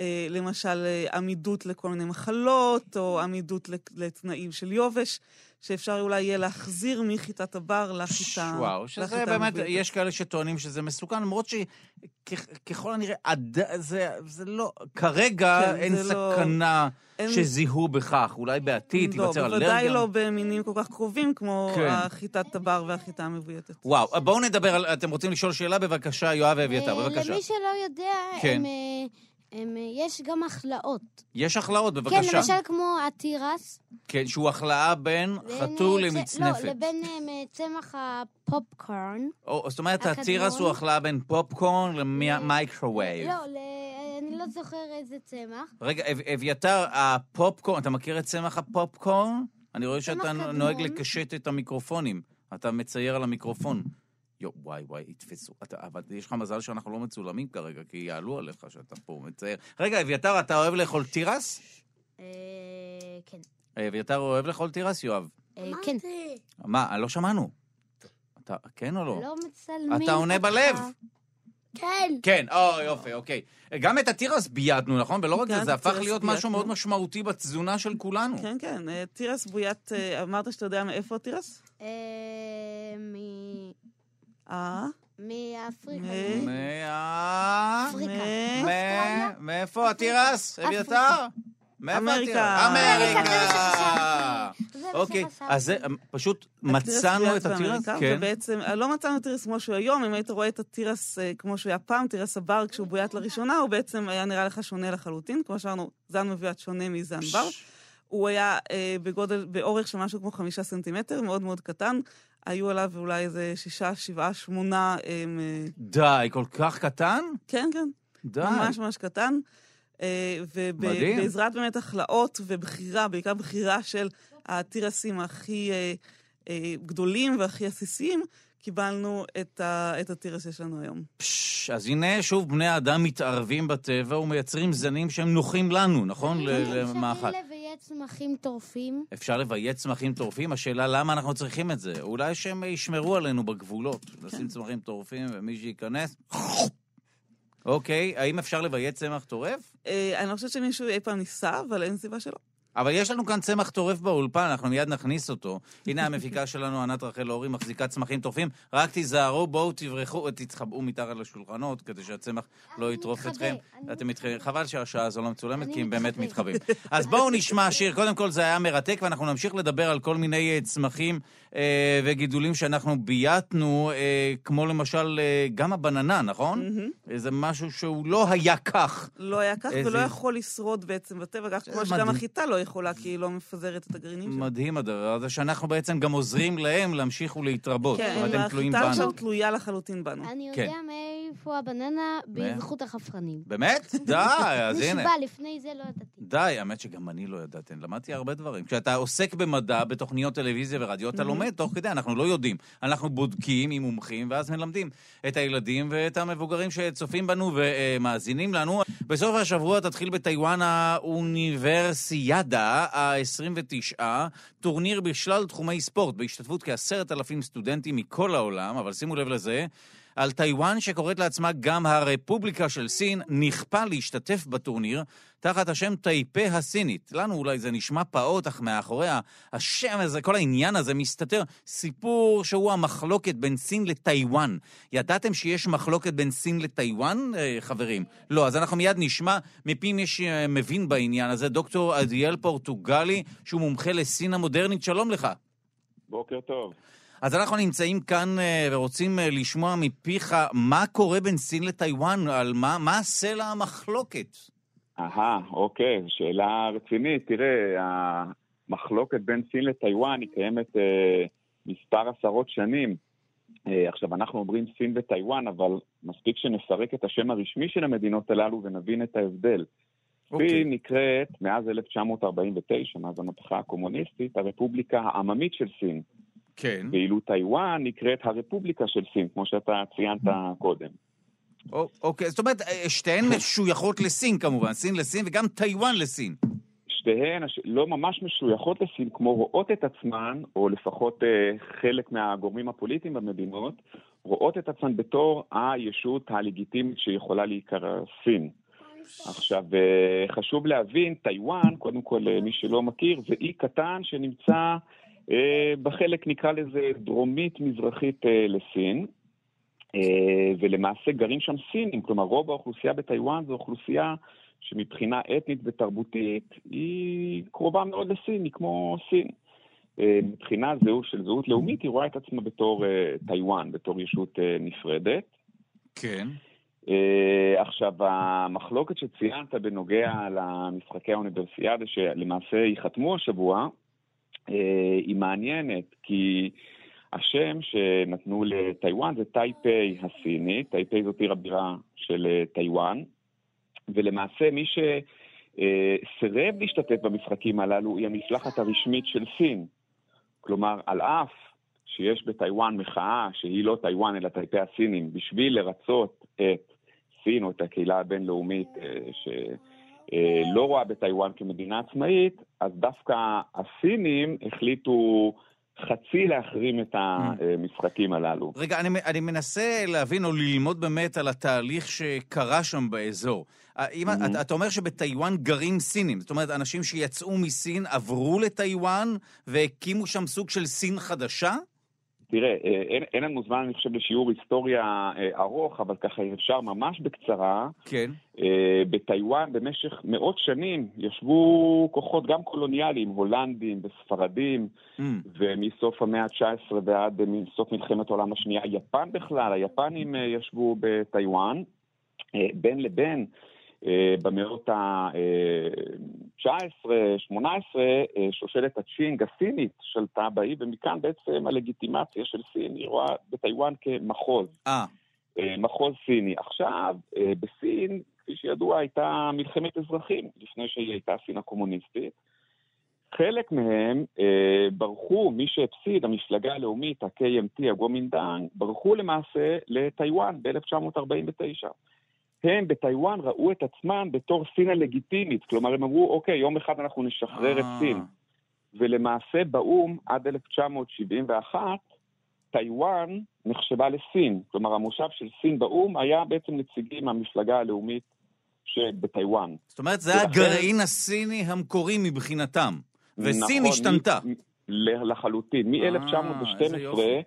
אה, למשל, אה, עמידות לכל מיני מחלות, או עמידות לת- לתנאים של יובש, שאפשר אולי יהיה להחזיר מחיטת הבר לחיטה וואו, שזה לחיטה באמת, המבויתת. יש כאלה שטוענים שזה מסוכן, למרות שככל הנראה, עד- זה- זה לא, כרגע כן, אין זה לא- סכנה אין- שזיהו בכך, אולי בעתיד תיווצר לא, אלרגיה. בוודאי לא במיניים כל כך קרובים כמו כן. החיטת הבר והחיטה המבויתת. וואו, בואו אה, נדבר על, אתם רוצים לשאול שאלה? בבקשה, יואב ואביתר, בבקשה. למי שלא יודע, כן. הם, אה, הם, אה, יש גם הכלאות. יש הכלאות, בבקשה. כן, למשל כמו התירס. כן, שהוא הכלאה בין בין, חתול אה, צ- למצנפת. לא, לבין אה, מ- צמח הפופקורן. או, זאת אומרת, הכדור. התירס הוא הכלאה בין אה, פופקורן למייקרווייב. לא, ל- אני לא זוכר איזה צמח. רגע, אב- אביתר, הפופקורן, אתה מכיר את צמח הפופקורן? אני רואה צמח שאתה קדמון. נוהג לקשט את המיקרופונים. אתה מצייר על המיקרופון. יו, וואי, וואי, יתפסו. אתה, אבל יש לך מזל שאנחנו לא מצולמים כרגע, כי יעלו עליך שאתה פה מצייר. רגע, אביתר, אתה אוהב לאכול תירס? אה, כן. אביתר אוהב לאכול תירס, יואב? אה, כן. אמרתי, מה, לא שמענו. אתה, כן או לא? לא מצלמים אתה עונה אותך. בלב. כן. כן, או, יופי, אוקיי. גם את התירס ביידנו, נכון? ולא רק זה, גם זה את הפך התירס להיות ביידנו. משהו מאוד משמעותי בתזונה של כולנו. כן, כן, אה, תירס בוית, אה, אמרת שאתה יודע מאיפה התירס? אה, מ- אה, מאפריקה. מ- מה- אפריקה. מ- מה- מאיפה התירס? אפריקה. אביתר? מאיפה אמריקה. התירס? אמריקה, זה מה אמריקה. זה מה אוקיי, שחשבתי. אז זה, פשוט תירס מצאנו את בוית התירס, באמריקה, כן. ובעצם, אה, לא מצאנו תירס כמו שהוא היום, אם היית רואה את התירס אה, כמו שהוא היה פעם, תירס הבר, כשהוא בוית לראשונה, הוא בעצם היה נראה לך שונה לחלוטין. כמו שאמרנו, זן מבוית שונה מזן בר. הוא היה אה, בגודל, באורך של משהו כמו חמישה סנטימטר, מאוד מאוד קטן. היו עליו אולי איזה שישה, שבעה, שמונה, אה, אה, די, כל כך קטן? כן, כן, די. ממש ממש קטן. אה, מדהים. ובעזרת באמת הכלאות ובחירה, בעיקר בחירה של התירסים הכי אה, אה, גדולים והכי עסיסיים, קיבלנו את, ה, את התירס שיש לנו היום. פש, אז הנה שוב בני האדם מתערבים בטבע ומייצרים זנים שהם נוחים לנו, נכון? ל- למאכל. אפשר לביית צמחים טורפים. אפשר לביית צמחים טורפים, השאלה למה אנחנו צריכים את זה. אולי שהם ישמרו עלינו בגבולות. נשים צמחים טורפים ומי שייכנס... אוקיי, האם אפשר לביית צמח טורף? אה, אני לא חושבת שמישהו אי פעם ניסה, אבל אין סיבה שלא. אבל יש לנו כאן צמח טורף באולפן, אנחנו מיד נכניס אותו. הנה המפיקה שלנו, ענת רחל אורי, מחזיקה צמחים טורפים. רק תיזהרו, בואו תברחו, תתחבאו מתחת לשולחנות, כדי שהצמח לא אני יטרוף מתחבא, אתכם. אני אתם מתחבאים. חבל שהשעה הזו לא מצולמת, אני כי הם באמת מתחבא. מתחבאים. אז בואו נשמע שיר. קודם כל, זה היה מרתק, ואנחנו נמשיך לדבר על כל מיני אה, צמחים אה, וגידולים שאנחנו בייתנו, אה, כמו למשל אה, גם הבננה, נכון? אה, זה משהו שהוא לא היה כך. לא היה כך איזה- ולא יכול לשרוד בעצם בטבע, כך כמו שגם מדהים. החיטה לא יכולה, כי היא לא מפזרת את הגרעינים שלה. מדהים הדבר הזה, שאנחנו בעצם גם עוזרים להם להמשיך ולהתרבות. זאת כן, אומרת, הם תלויים החיטה בנו. עכשיו תלויה לחלוטין בנו. אני כן. יודע מאיפה הבננה בזכות החפרנים. באמת? די, אז הנה. נשבע, לפני זה לא ידעתי. די, האמת שגם אני לא ידעתי, למדתי הרבה דברים. כשאתה עוסק במדע, בתוכניות טלוויזיה ורדיו, אתה לומד תוך כדי, אנחנו לא יודעים. אנחנו בודקים עם מומחים, ואז מלמדים את הילדים ואת המבוגרים שצופים בנו ומאזינים לנו. בסוף השבוע תתחיל בטיוואן האוניברסיאדה ה-29, טורניר בשלל תחומי ספורט, בהשתתפות כעשרת אלפים סטודנטים מכל העולם, אבל שימו לב לזה. על טיוואן, שקוראת לעצמה גם הרפובליקה של סין, נכפה להשתתף בטורניר תחת השם טייפה הסינית. לנו אולי זה נשמע פעוט, אך מאחורי ה- השם הזה, כל העניין הזה מסתתר סיפור שהוא המחלוקת בין סין לטיוואן. ידעתם שיש מחלוקת בין סין לטיוואן, אה, חברים? לא, אז אנחנו מיד נשמע מפי מי שמבין בעניין הזה, דוקטור עדיאל פורטוגלי, שהוא מומחה לסין המודרנית. שלום לך. בוקר טוב. אז אנחנו נמצאים כאן אה, ורוצים אה, לשמוע מפיך מה קורה בין סין לטיוואן, על מה, מה סלע המחלוקת. אהה, אוקיי, שאלה רצינית. תראה, המחלוקת בין סין לטיוואן היא קיימת אה, מספר עשרות שנים. אה, עכשיו, אנחנו אומרים סין וטיוואן, אבל מספיק שנפרק את השם הרשמי של המדינות הללו ונבין את ההבדל. אוקיי. סין נקראת, מאז 1949, מאז המהפכה הקומוניסטית, הרפובליקה העממית של סין, כן. ואילו טיוואן נקראת הרפובליקה של סין, כמו שאתה ציינת קודם. א- אוקיי, זאת אומרת, אה, שתיהן משויכות לסין כמובן, סין לסין וגם טיוואן לסין. שתיהן הש- לא ממש משויכות לסין, כמו רואות את עצמן, או לפחות אה, חלק מהגורמים הפוליטיים במדינות, רואות את עצמן בתור הישות הלגיטימית שיכולה להיקרא סין. עכשיו, אה, חשוב להבין, טיוואן, קודם כל, אה, מי שלא מכיר, זה אי קטן שנמצא אה, בחלק, נקרא לזה, דרומית-מזרחית אה, לסין, אה, ולמעשה גרים שם סינים, כלומר, רוב האוכלוסייה בטיוואן זו אוכלוסייה שמבחינה אתנית ותרבותית היא קרובה מאוד לסין, היא כמו סין. אה, מבחינה זהו, של זהות לאומית, היא רואה את עצמה בתור אה, טיוואן, בתור ישות אה, נפרדת. כן. אה, עכשיו, המחלוקת שציינת בנוגע למשחקי האוניברסיאדה, שלמעשה ייחתמו השבוע, אה, היא מעניינת, כי השם שנתנו לטיוואן זה טייפיי הסינית, טייפיי זאת עיר הבירה של אה, טיוואן, ולמעשה מי שסירב להשתתף במשחקים הללו היא המשלחת הרשמית של סין. כלומר, על אף שיש בטיוואן מחאה שהיא לא טיוואן אלא טייפי הסינים, בשביל לרצות את סין או את הקהילה הבינלאומית אה, שלא לא רואה בטיוואן כמדינה עצמאית, אז דווקא הסינים החליטו חצי להחרים את המשחקים הללו. רגע, אני, אני מנסה להבין או ללמוד באמת על התהליך שקרה שם באזור. אה, אם, mm-hmm. אתה, אתה אומר שבטיוואן גרים סינים, זאת אומרת, אנשים שיצאו מסין עברו לטיוואן והקימו שם סוג של סין חדשה? תראה, אה, אין, אין לנו זמן, אני חושב, לשיעור היסטוריה אה, ארוך, אבל ככה אם אפשר ממש בקצרה. כן. אה, בטיוואן במשך מאות שנים ישבו כוחות גם קולוניאליים, הולנדים וספרדים, Mm. ומסוף המאה ה-19 ועד סוף מלחמת העולם השנייה, יפן בכלל, היפנים אה, ישבו בטיוואן. אה, בין לבין, אה, במאות אה, ה-19-18, אה, שושלת הצ'ינג הסינית שלטה באי, ומכאן בעצם הלגיטימציה של סין, היא רואה בטיוואן כמחוז. אה, אה, מחוז סיני. עכשיו, אה, בסין, כפי שידוע, הייתה מלחמת אזרחים לפני שהיא הייתה סין הקומוניסטית. חלק מהם אה, ברחו, מי שהפסיד, המפלגה הלאומית, ה-KMT, הגומינדאנג, ברחו למעשה לטיוואן ב-1949. הם בטיוואן ראו את עצמם בתור סין הלגיטימית, כלומר הם אמרו, אוקיי, יום אחד אנחנו נשחרר את אה. סין. ולמעשה באו"ם עד 1971, טיוואן נחשבה לסין. כלומר, המושב של סין באו"ם היה בעצם נציגים מהמפלגה הלאומית שבטיוואן. זאת אומרת, זה היה ולכן- הגרעין הסיני המקורי מבחינתם. וסין נכון, השתנתה. מ- מ- לחלוטין. אה, איזה מ-1912, יופי.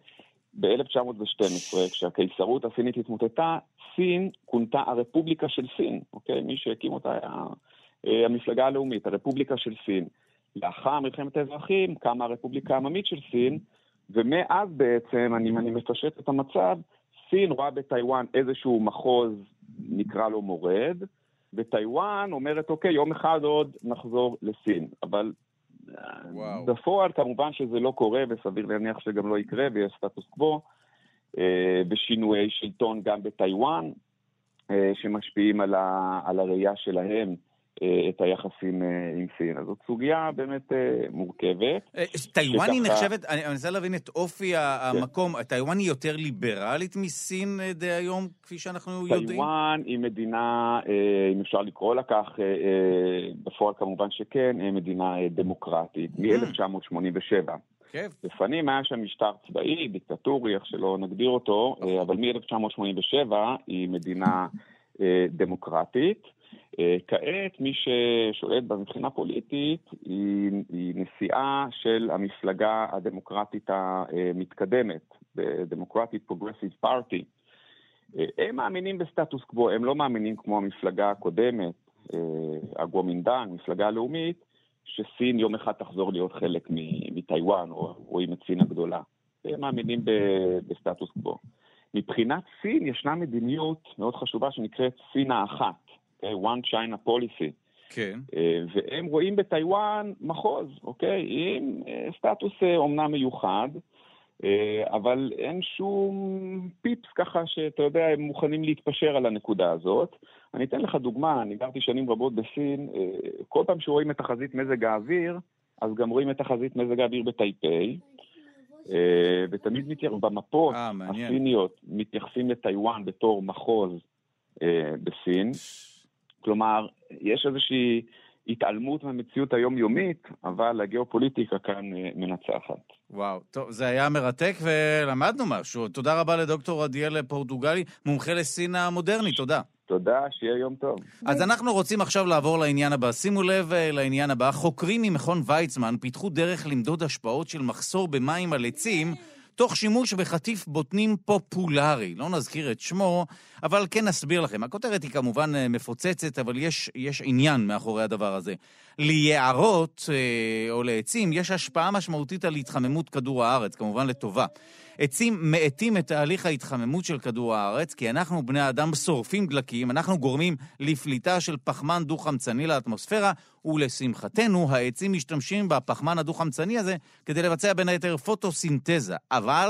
ב-1912, כשהקיסרות הסינית התמוטטה, סין כונתה הרפובליקה של סין, אוקיי? מי שהקים אותה היה אה, המפלגה הלאומית, הרפובליקה של סין. לאחר מלחמת האזרחים קמה הרפובליקה העממית של סין, ומאז בעצם, אני, אני מפשט את המצב, סין רואה בטיוואן איזשהו מחוז, נקרא לו מורד, וטיוואן אומרת, אוקיי, יום אחד עוד נחזור לסין. אבל אה, וואו. בפועל כמובן שזה לא קורה, וסביר להניח שגם לא יקרה, ויש סטטוס קוו, אה, ושינויי שלטון גם בטיוואן, אה, שמשפיעים על, ה, על הראייה שלהם אה, את היחסים אה, עם סין. אז זאת סוגיה באמת אה, מורכבת. אה, טיוואן היא שככה- נחשבת, אני אני מנסה להבין את אופי ה- כן. המקום, טיוואן היא יותר ליברלית מסין אה, די היום, כפי שאנחנו יודעים? טיוואן היא מדינה, אה, אם אפשר לקרוא לה כך, אה, אה, בפועל כמובן שכן, היא מדינה אה, דמוקרטית, מ-1987. כיף. לפנים היה שם משטר צבאי, דיקטטורי, איך שלא נגדיר אותו, אה, אבל מ-1987 היא מדינה אה, דמוקרטית. אה, כעת מי ששולט בה מבחינה פוליטית היא, היא נשיאה של המפלגה הדמוקרטית המתקדמת, דמוקרטית פרוגרסיב פארטי. אה, הם מאמינים בסטטוס קוו, הם לא מאמינים כמו המפלגה הקודמת, אה, הגוומינדאן, מפלגה לאומית, שסין יום אחד תחזור להיות חלק מ- מטיוואן, או רואים את סין הגדולה. הם מאמינים ב- בסטטוס קוו. מבחינת סין ישנה מדיניות מאוד חשובה שנקראת סין האחת, אוקיי? One China Policy, כן. אה, והם רואים בטיוואן מחוז, אוקיי? עם אה, סטטוס אה, אומנם מיוחד, אה, אבל אין שום פיפס ככה שאתה יודע, הם מוכנים להתפשר על הנקודה הזאת. אני אתן לך דוגמה, אני גרתי שנים רבות בסין, אה, כל פעם שרואים את תחזית מזג האוויר, אז גם רואים את תחזית מזג האוויר בטייפיי, אה, ותמיד מתייחס, במפות אה, מעניין. הסיניות מתייחסים לטיוואן בתור מחוז אה, בסין. כלומר, יש איזושהי התעלמות מהמציאות היומיומית, אבל הגיאופוליטיקה כאן אה, מנצחת. וואו, טוב, זה היה מרתק ולמדנו משהו. תודה רבה לדוקטור עדיאל אה, פורטוגלי, מומחה לסין המודרנית, תודה. תודה, שיהיה יום טוב. אז אנחנו רוצים עכשיו לעבור לעניין הבא. שימו לב אה, לעניין הבא. חוקרים ממכון ויצמן פיתחו דרך למדוד השפעות של מחסור במים על עצים. תוך שימוש בחטיף בוטנים פופולרי, לא נזכיר את שמו, אבל כן נסביר לכם. הכותרת היא כמובן אה, מפוצצת, אבל יש, יש עניין מאחורי הדבר הזה. ליערות אה, או לעצים יש השפעה משמעותית על התחממות כדור הארץ, כמובן לטובה. עצים מאטים את תהליך ההתחממות של כדור הארץ, כי אנחנו, בני האדם, שורפים דלקים, אנחנו גורמים לפליטה של פחמן דו-חמצני לאטמוספירה, ולשמחתנו, העצים משתמשים בפחמן הדו-חמצני הזה כדי לבצע בין היתר פוטוסינתזה. אבל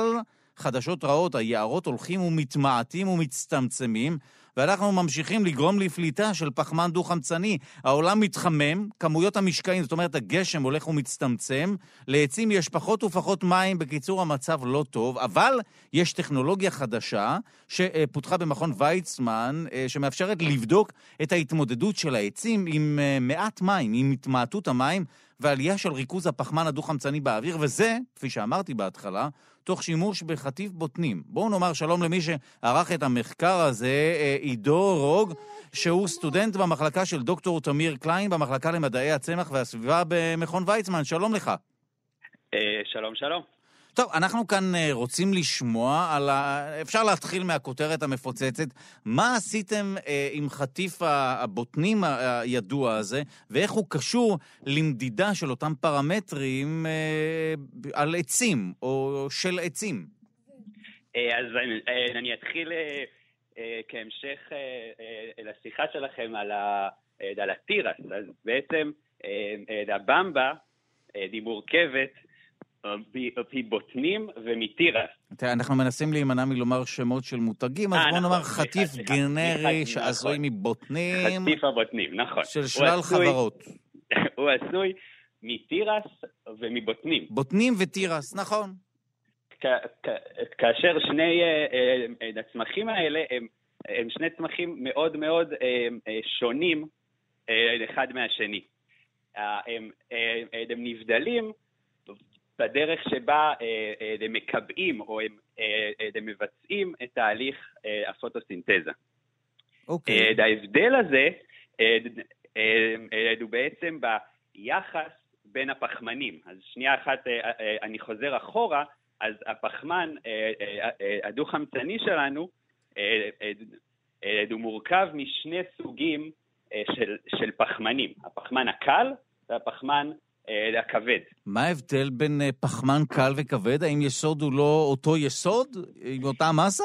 חדשות רעות, היערות הולכים ומתמעטים ומצטמצמים, ואנחנו ממשיכים לגרום לפליטה של פחמן דו-חמצני. העולם מתחמם, כמויות המשקעים, זאת אומרת, הגשם הולך ומצטמצם, לעצים יש פחות ופחות מים, בקיצור, המצב לא טוב, אבל יש טכנולוגיה חדשה שפותחה במכון ויצמן, אה, שמאפשרת לבדוק את ההתמודדות של העצים עם אה, מעט מים, עם התמעטות המים. ועלייה של ריכוז הפחמן הדו-חמצני באוויר, וזה, כפי שאמרתי בהתחלה, תוך שימוש בחטיף בוטנים. בואו נאמר שלום למי שערך את המחקר הזה, אה, עידו רוג, שהוא סטודנט במחלקה של דוקטור תמיר קליין, במחלקה למדעי הצמח והסביבה במכון ויצמן. שלום לך. אה, שלום, שלום. טוב, אנחנו כאן אה, רוצים לשמוע על ה... אפשר להתחיל מהכותרת המפוצצת. מה עשיתם אה, עם חטיף ה- הבוטנים ה- הידוע הזה, ואיך הוא קשור למדידה של אותם פרמטרים אה, על עצים, או של עצים? אה, אז אני, אה, אני אתחיל אה, אה, כהמשך אה, אה, לשיחה שלכם על, ה, אה, על התירס. אז בעצם אה, אה, הבמבה אה, היא מורכבת אה, ב- מבוטנים ומתירס. תראה, אנחנו מנסים להימנע מלומר שמות של מותגים, אז אה, בואו נכון, נאמר סליחה, חטיף סליחה, גנרי נכון. שעשוי מבוטנים חטיף הבוטנים, נכון. אה, של הוא שלל עשוי- חברות. <laughs> הוא עשוי מתירס ומבוטנים. בוטנים ותירס, נכון. כ- כ- כאשר שני אה, אה, אה, הצמחים האלה הם, הם שני צמחים מאוד מאוד אה, אה, שונים אה, אחד מהשני. אה, הם, אה, אה, הם נבדלים בדרך שבה אה, אה, הם מקבעים או הם, אה, אה, הם מבצעים את תהליך אה, הפוטוסינתזה. אוקיי. אה, ההבדל הזה אה, אה, אה, הוא בעצם ביחס בין הפחמנים. אז שנייה אחת אה, אה, אני חוזר אחורה, אז הפחמן אה, אה, אה, הדו-חמצני שלנו אה, אה, אה, הוא מורכב משני סוגים אה, של, של פחמנים, הפחמן הקל והפחמן אה, הכבד. מה ההבדל בין אה, פחמן קל וכבד? האם יסוד הוא לא אותו יסוד? עם אותה מסה?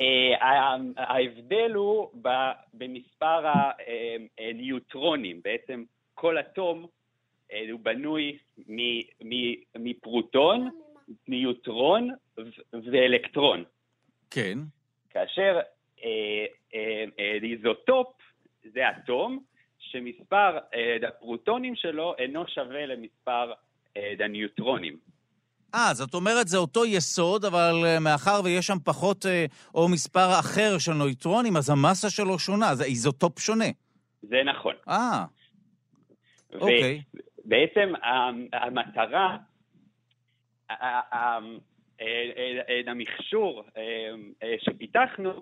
אה, ה- ההבדל הוא ב- במספר הניוטרונים, בעצם כל אטום אה, הוא בנוי מ- מ- מפרוטון, ניוטרון ו- ואלקטרון. כן. כאשר אה, אה, אה, איזוטופ זה אטום שמספר אה, הפרוטונים שלו אינו שווה למספר אה, הניוטרונים. אה, זאת אומרת, זה אותו יסוד, אבל אה, מאחר ויש שם פחות אה, או מספר אחר של נויטרונים, אז המסה שלו שונה, זה איזוטופ שונה. זה נכון. אה, ו- אוקיי. בעצם ה- אה, המטרה, ה- ה- ה- אה, אה, המכשור אה, אה, שפיתחנו,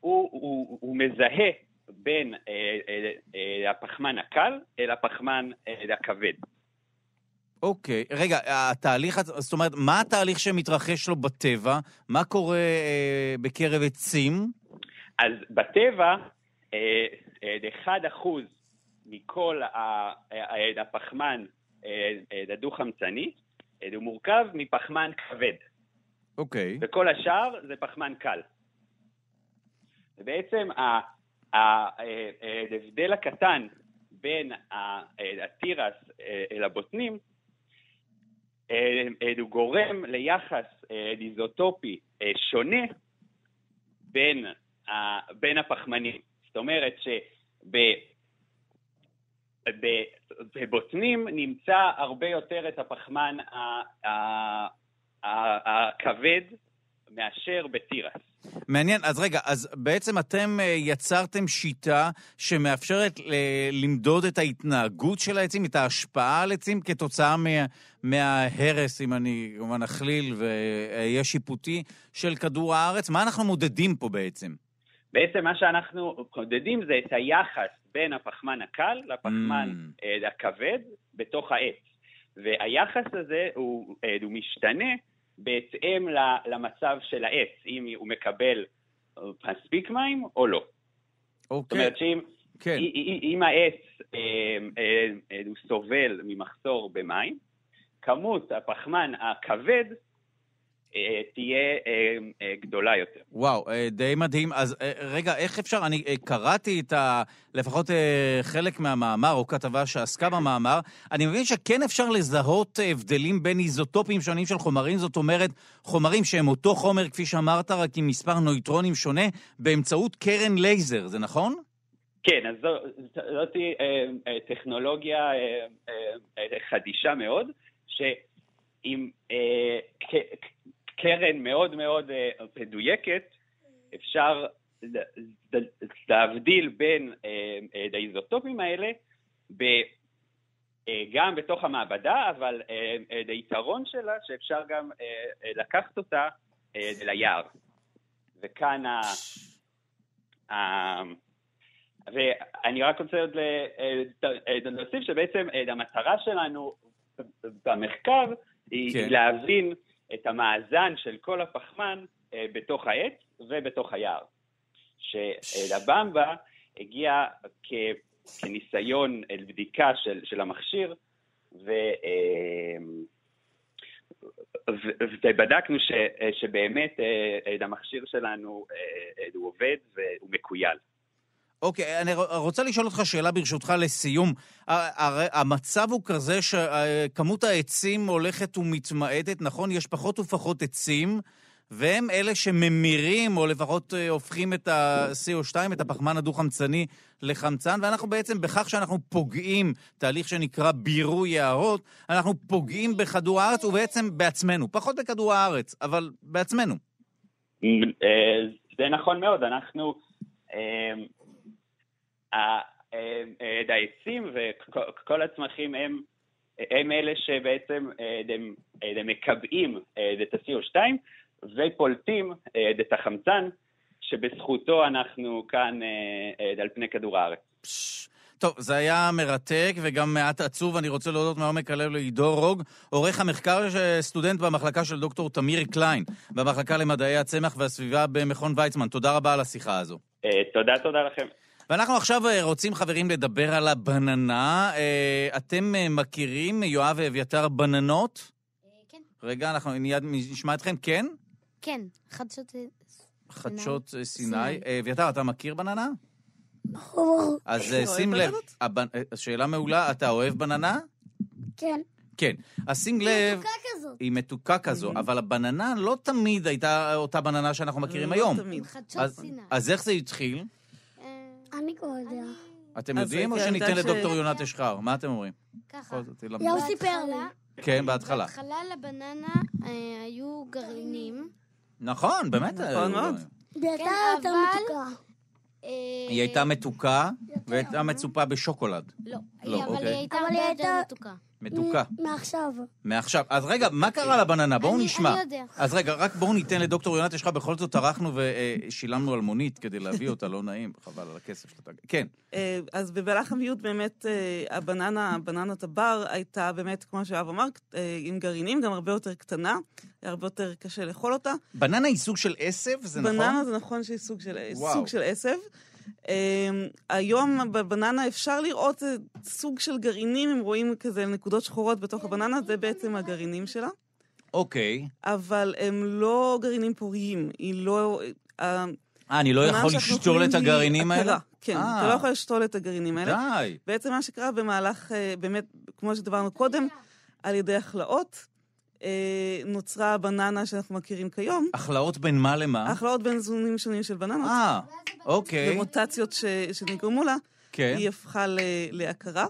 הוא- הוא הוא מזהה בין אה, אה, אה, הפחמן הקל אל הפחמן אה, הכבד. אוקיי. רגע, התהליך, עצ- זאת אומרת, מה התהליך שמתרחש לו בטבע? מה קורה אה, בקרב עצים? אז בטבע, אה, אה, 1% מכל ה- אה, הפחמן אה, אה, הדו-חמצני אה, הוא מורכב מפחמן כבד. אוקיי. וכל השאר זה פחמן קל. ובעצם ה- ה- אה, אה, ההבדל הקטן בין ה- אה, התירס אה, אל הבוטנים, אה, אה, הוא גורם ליחס אה, איזוטופי אה, שונה בין, ה- בין הפחמנים. זאת אומרת שבבוטנים נמצא הרבה יותר את הפחמן ה- ה- ה- הכבד מאשר בתירס. מעניין, אז רגע, אז בעצם אתם אה, יצרתם שיטה שמאפשרת אה, למדוד את ההתנהגות של העצים, את ההשפעה על עצים כתוצאה מה, מההרס, אם אני כמובן אכליל ואהיה שיפוטי, של כדור הארץ. מה אנחנו מודדים פה בעצם? בעצם מה שאנחנו מודדים זה את היחס בין הפחמן הקל לפחמן Mm. אה, הכבד בתוך העץ. והיחס הזה הוא, אה, הוא משתנה בהתאם ל- למצב של העץ, אם הוא מקבל אה, מספיק מים או לא. זאת אוקיי, אומרת שאם כן. אי- אי- אם העץ אה, אה, אה, הוא סובל ממחסור במים, כמות הפחמן הכבד אה, תהיה אה, אה, גדולה יותר. וואו, אה, די מדהים. אז אה, רגע, איך אפשר? אני אה, קראתי את ה... לפחות אה, חלק מהמאמר, או כתבה שעסקה במאמר. אני מבין שכן אפשר לזהות אה, הבדלים בין איזוטופים שונים של חומרים, זאת אומרת, חומרים שהם אותו חומר, כפי שאמרת, רק עם מספר נויטרונים שונה, באמצעות קרן לייזר, זה נכון? כן, אז זו, זאת היא אה, אה, טכנולוגיה אה, אה, אה, חדישה מאוד, שעם אה, ק- ק- קרן מאוד מאוד אה, מדויקת, אפשר ל- ל- להבדיל בין אה, אה, האיזוטופים האלה, ב, אה, גם בתוך המעבדה, אבל אה, אה, היתרון שלה שאפשר גם אה, אה, לקחת אותה אה, ליער. וכאן ה... ה- ואני רק רוצה עוד ל- אה, להוסיף שבעצם אה, המטרה שלנו במחקר היא כן. כן. להבין את המאזן של כל הפחמן אה, בתוך העץ ובתוך היער. שלבמבה הגיע כ, כניסיון אה, בדיקה של, של המכשיר, ו, אה, ו- ובדקנו ש, אה, שבאמת אה, אה, המכשיר שלנו אה, אה, הוא עובד והוא מקוייל. אוקיי, אני ר- רוצה לשאול אותך שאלה ברשותך לסיום. ה- הרי המצב הוא כזה שכמות העצים הולכת ומתמעטת, נכון? יש פחות ופחות עצים, והם אלה שממירים, או לפחות אה, הופכים את ה-CO2, את הפחמן הדו-חמצני, לחמצן, ואנחנו בעצם, בכך שאנחנו פוגעים, תהליך שנקרא בירוי יערות, אנחנו פוגעים בכדור הארץ ובעצם בעצמנו. פחות בכדור הארץ, אבל בעצמנו. אה, זה נכון מאוד, אנחנו... אה, ה- אה, אה, העצים וכל הצמחים הם, הם אלה שבעצם אה, הם, אה, הם מקבעים אה, את ה-CO2 ופולטים אה, את החמצן שבזכותו אנחנו כאן אה, אה, על פני כדור הארץ. פש. טוב, זה היה מרתק וגם מעט עצוב. אני רוצה להודות מעומק הלב לעידו רוג, עורך המחקר, ש- סטודנט במחלקה של דוקטור תמיר קליין, במחלקה למדעי הצמח והסביבה במכון ויצמן. תודה רבה על השיחה הזו. אה, תודה, תודה לכם. ואנחנו עכשיו אה, רוצים, חברים, לדבר על הבננה. אה, אתם אה, מכירים, יואב ואביתר, בננות? כן, רגע, אנחנו מיד נשמע אתכם. כן? כן, חדשות... חדשות אה, סיני. סיני. אה, אביתר, אתה מכיר בננה? ברור, אז אה, אוהב שים לב, בננות? הבנ- אה, שאלה מעולה, אתה אוהב בננה? כן. כן. אז שים לב... מתוקה כזאת. היא מתוקה כזו, אבל הבננה לא תמיד הייתה אותה בננה שאנחנו מכירים היום. לא תמיד. חדשות אז- סיני. אז איך זה התחיל? אני כבר יודע. אתם אז כן, יודעים או הייתי שניתן יודעת ש- לדוקטור יונת אשחר? מה אתם אומרים? כן. ככה. בכל זאת, תלמדו. יאו סיפר לי. בהתחלה- לא, כן, בהתחלה. בהתחלה לבננה אה, היו גרעינים. נכון, באמת. נכון מאוד. בעיקר כן, יותר אבל- מתוקה. אה, היא הייתה מתוקה והייתה מצופה בשוקולד. לא, לא, אבל אוקיי. היא הייתה אבל הרבה היא יותר הייתה- מתוקה. מתוקה. מ- מעכשיו. מעכשיו. אז רגע, מה קרה לבננה? בואו אני- נשמע. אני יודע. אז רגע, רק בואו ניתן לדוקטור יונת אשחר, בכל זאת ערכנו ושילמנו על מונית כדי להביא אותה, לא נעים, חבל על הכסף שאתה... כן. אה, אז במהלך המיעוט באמת אה, הבננה, בננת הבר הייתה באמת, כמו שאב אמר, אה, עם גרעינים, גם הרבה יותר קטנה, היה הרבה יותר קשה לאכול אותה. בננה היא סוג של עשב, זה נכון? בננה זה נכון שהיא סוג של, וואו. סוג של עשב. אה, היום בבננה אפשר לראות אה, סוג של גרעינים, אם רואים כזה נקודות שחורות בתוך הבננה, זה בעצם הגרעינים שלה. אוקיי. אבל הם לא גרעינים פוריים, היא לא... אה, אה, אני לא הבננה יכול שאנחנו לשתול אוכלים את היא הגרעינים עקרה. האלה? כן, אה. אתה לא יכול לשתול את הגרעינים האלה. די. בעצם מה שקרה במהלך, אה, באמת, כמו שדיברנו קודם, על ידי הכלאות, אה, נוצרה הבננה שאנחנו מכירים כיום, הכלאות בין מה למה? הכלאות בין זונים שונים של בננות, אה, אוקיי. ומוטציות ש- שנגרמו לה, כן. היא הפכה ל- להכרה.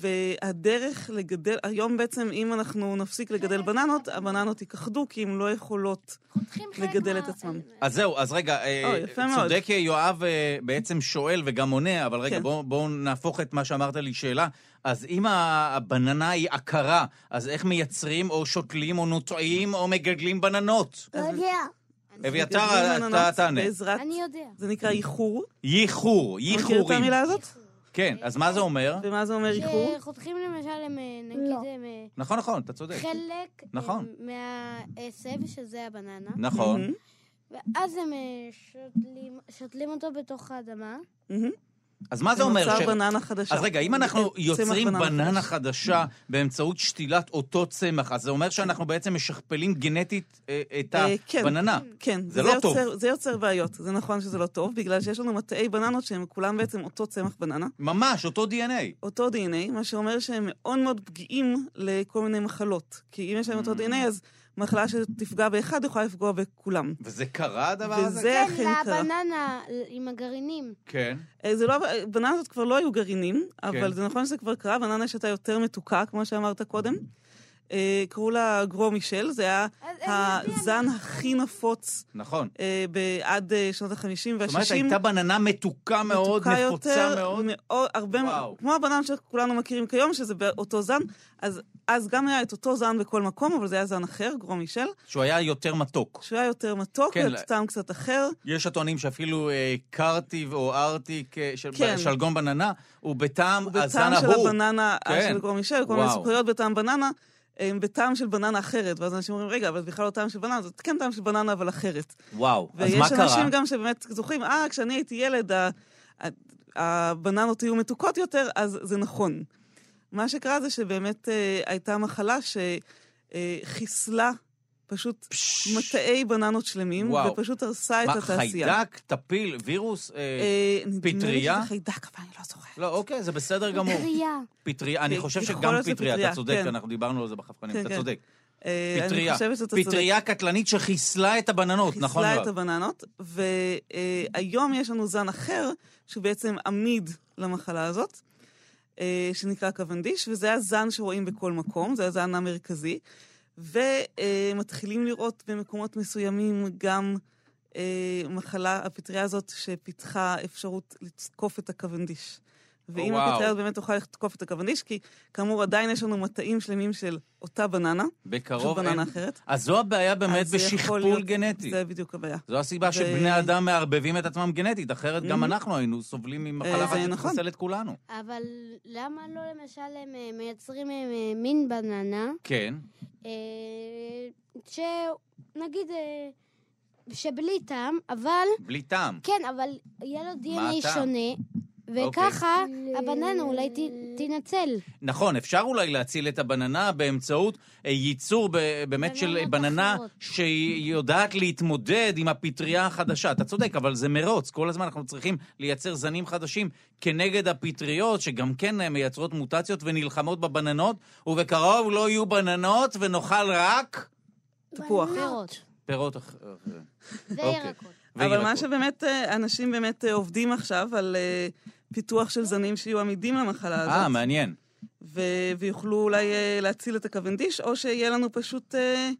והדרך לגדל, היום בעצם אם אנחנו נפסיק לגדל בננות, הבננות ייכחדו כי הן לא יכולות חותכים חלק לגדל מה- את עצמם. אז זהו, אז רגע, אה, אוי, יפה מאוד. צודק יואב אה, בעצם שואל וגם עונה, אבל רגע, כן. בואו בוא נהפוך את מה שאמרת לי שאלה. אז אם ה- הבננה היא עקרה, אז איך מייצרים או שותלים או נוטעים או מגדלים בננות? לא יודע. אביתר, מגדלים אתה- בננות אתה תענה. בעזרת, אני יודע. זה נקרא איחור. ייחור, אתה מכיר את ייחורים. המילה הזאת? כן, אז מה זה אומר? ומה זה אומר איחור? שחותכים למשל, הם, אה, לא. נגיד, הם, אה, נכון, נכון, אתה צודק. חלק אה, נכון. מהעשב, שזה הבננה, נכון. מהמם, ואז הם אה, שותלים- שותלים אותו בתוך האדמה, מהמם. אז מה זה אומר? נוצר ש- בננה חדשה. אז רגע, אם אנחנו צמח יוצרים בננה בננה חדש. חדשה באמצעות שתילת אותו צמח, אז זה אומר שאנחנו בעצם משכפלים גנטית אה, את כן. אה, כן. הבננה. כן, זה לא יוצר, טוב. זה יוצר בעיות. זה נכון שזה לא טוב, בגלל שיש לנו מטעי בננות שהם כולם בעצם אותו צמח בננה, ממש, אותו DNA. אותו DNA, מה שאומר שהם מאוד מאוד פגיעים לכל מיני מחלות. כי אם יש להם אותו Mm. DNA, אז מחלה שתפגע באחד יכולה לפגוע בכולם. וזה קרה הדבר הזה? וזה כן, אכן קרה. לבננה עם הגרעינים. כן. אה, זה לא, אה, בננות כבר לא היו גרעינים, אבל כן. זה נכון שזה כבר קרה, בננה שהייתה יותר מתוקה, כמו שאמרת קודם. אה, קראו לה גרו מישל, זה היה אז הם הזן הכי נפוץ נכון. אה, ב- עד אה, שנות ה-50 וה-60. זאת אומרת, הייתה בננה מתוקה מאוד, מתוקה נפוצה מאוד. מאוד הרבה, וואו. מאוד, כמו הבננה שכולנו מכירים כיום, שזה באותו זן, אז, אז גם היה את אותו זן בכל מקום, אבל זה היה זן אחר, גרו מישל, שהוא היה יותר מתוק. שהוא היה יותר מתוק, כן, כן, וטעם קצת אחר. יש הטוענים שאפילו אה, קרטיב או ארטיק, אה, של, כן. שלגון בננה, הוא בטעם הזן בטעם של ההוא. הבננה אה, כן. של גרו מישל, כל מיני וואו. סוכריות בטעם בננה, הם בטעם של בננה אחרת, ואז אנשים אומרים, רגע, אבל זה בכלל לא טעם של בננה, זה כן טעם של בננה, אבל אחרת. וואו, אז מה ויש קרה? אנשים גם שבאמת זוכרים, אה, כשאני הייתי ילד, ה- ה- הבננות היו מתוקות יותר, אז זה נכון. מה שקרה זה שבאמת אה, הייתה מחלה שחיסלה פשוט מטעי בננות שלמים, וואו. ופשוט הרסה את מה, התעשייה. חיידק, טפיל, וירוס? אה, אה, נדמה לי פטריה? שזה חיידק, אבל אני לא זוכרת. לא, אוקיי, זה בסדר גמור. טריה. פטריה, אני אה, חושב יכול שגם להיות שזה פטריה, פטריה, אתה צודק, כן. אנחנו דיברנו על זה בחפקנים, כן, אתה כן. צודק. אה, אני פטריה, חושבת שאתה צודק. פטריה קטלנית שחיסלה את הבננות, נכון? חיסלה את יואב? הבננות, והיום יש לנו זן אחר, שהוא בעצם עמיד למחלה הזאת, אה, שנקרא קוונדיש, וזה הזן שרואים בכל מקום, זה הזן המרכזי, ומתחילים לראות במקומות מסוימים גם אה, מחלה, הפטריה הזאת שפיתחה אפשרות לתקוף את הקוונדיש. ואם וואו. הפטריה הזאת באמת תוכל לתקוף את הקוונדיש, כי כאמור עדיין יש לנו מטעים שלמים של אותה בננה, פשוט בקרוב אין. בננה אחרת. אז זו הבעיה באמת אז זה יכול בשכפול להיות- גנטי. זה בדיוק הבעיה. זו הסיבה ו- שבני אדם מערבבים את עצמם גנטית, אחרת גם Mhm. אנחנו היינו סובלים ממחלה אה, אחת זה שתחסל נכון. את כולנו. אבל למה לא למשל הם אה, מייצרים אה, אה, מין בננה, כן. אה, שנגיד אה, שבלי טעם, אבל, בלי טעם. כן, אבל יהיה לו DNA הטעם? אוקיי. שונה, וככה הבננה אולי ת- תינצל. נכון, אפשר אולי להציל את הבננה באמצעות אה, ייצור ב- באמת של בננות בננה אחרות. שהיא יודעת להתמודד עם הפטריה החדשה. אתה צודק, אבל זה מרוץ. כל הזמן אנחנו צריכים לייצר זנים חדשים כנגד הפטריות, שגם כן אה, מייצרות מוטציות ונלחמות בבננות, ובקרוב לא יהיו בננות ונאכל רק תפוח. פירות פירות אח- אה, אחרים. אוקיי. וירקות. אבל מה וירקות. שבאמת, אה, אנשים באמת אה, עובדים עכשיו על אה, פיתוח של זנים שיהיו עמידים למחלה אה, הזאת, מעניין. ו- ויוכלו אולי אה, להציל את הקוונדיש, או שיהיה לנו פשוט אה,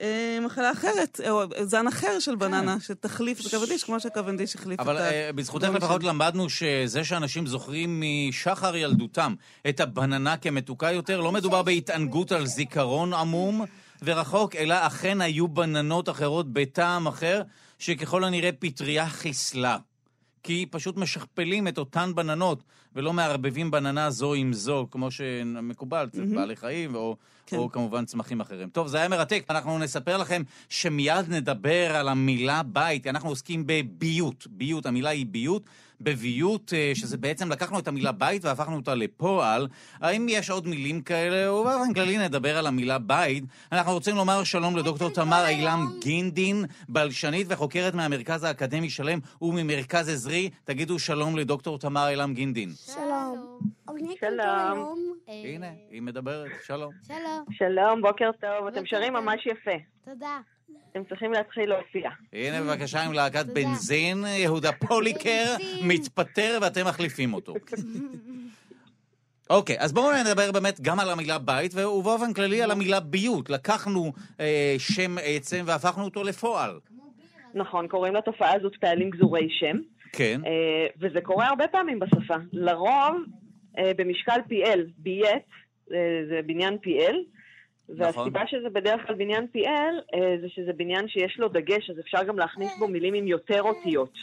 אה, מחלה אחרת, או אה, זן אחר של בננה, שתחליף את הקוונדיש, כמו שהקוונדיש החליף את כן. אבל ה... אה, בזכותך הגורמים לפחות שלו. למדנו שזה שאנשים זוכרים משחר ילדותם את הבננה כמתוקה יותר, לא מדובר בהתענגות על זיכרון עמום ורחוק, אלא אכן היו בננות אחרות בטעם אחר, שככל הנראה פטריה חיסלה. כי פשוט משכפלים את אותן בננות, ולא מערבבים בננה זו עם זו, כמו שמקובל, אצל בעלי חיים, או, כן. או כמובן צמחים אחרים. טוב, זה היה מרתק. אנחנו נספר לכם שמיד נדבר על המילה בית, כי אנחנו עוסקים בביות. ביות, המילה היא ביות. בביות, אה, שזה בעצם לקחנו את המילה בית והפכנו אותה לפועל. האם יש עוד מילים כאלה? או באופן כללי נדבר על המילה בית. אנחנו רוצים לומר שלום לדוקטור תמר אילם גינדין, בלשנית וחוקרת מהמרכז האקדמי שלם וממרכז עזרי. תגידו שלום לדוקטור תמר אילם גינדין. שלום. אבל נהיה כאן כל שלום. היום. אה, הנה, היא מדברת, שלום. שלום, שלום, בוקר טוב, בוקר אתם שרים טוב. ממש יפה. תודה. אתם צריכים להתחיל להופיע. הנה בבקשה עם להקת אה, תודה. בנזין, יהודה פוליקר בנזין. מתפטר ואתם מחליפים אותו. אוקיי, אז בואו נדבר באמת גם על המילה בית, ובאופן כללי על המילה ביות. לקחנו אה, שם עצם והפכנו אותו לפועל. נכון, קוראים לתופעה הזאת פעלים גזורי שם, כן, אה, וזה קורה הרבה פעמים בשפה. לרוב, אה, במשקל PL, בייט, אה, זה בניין PL, והסיבה שזה בדרך כלל בניין PL, אה, זה שזה בניין שיש לו דגש, אז אפשר גם להכניס אה. בו מילים עם יותר אותיות.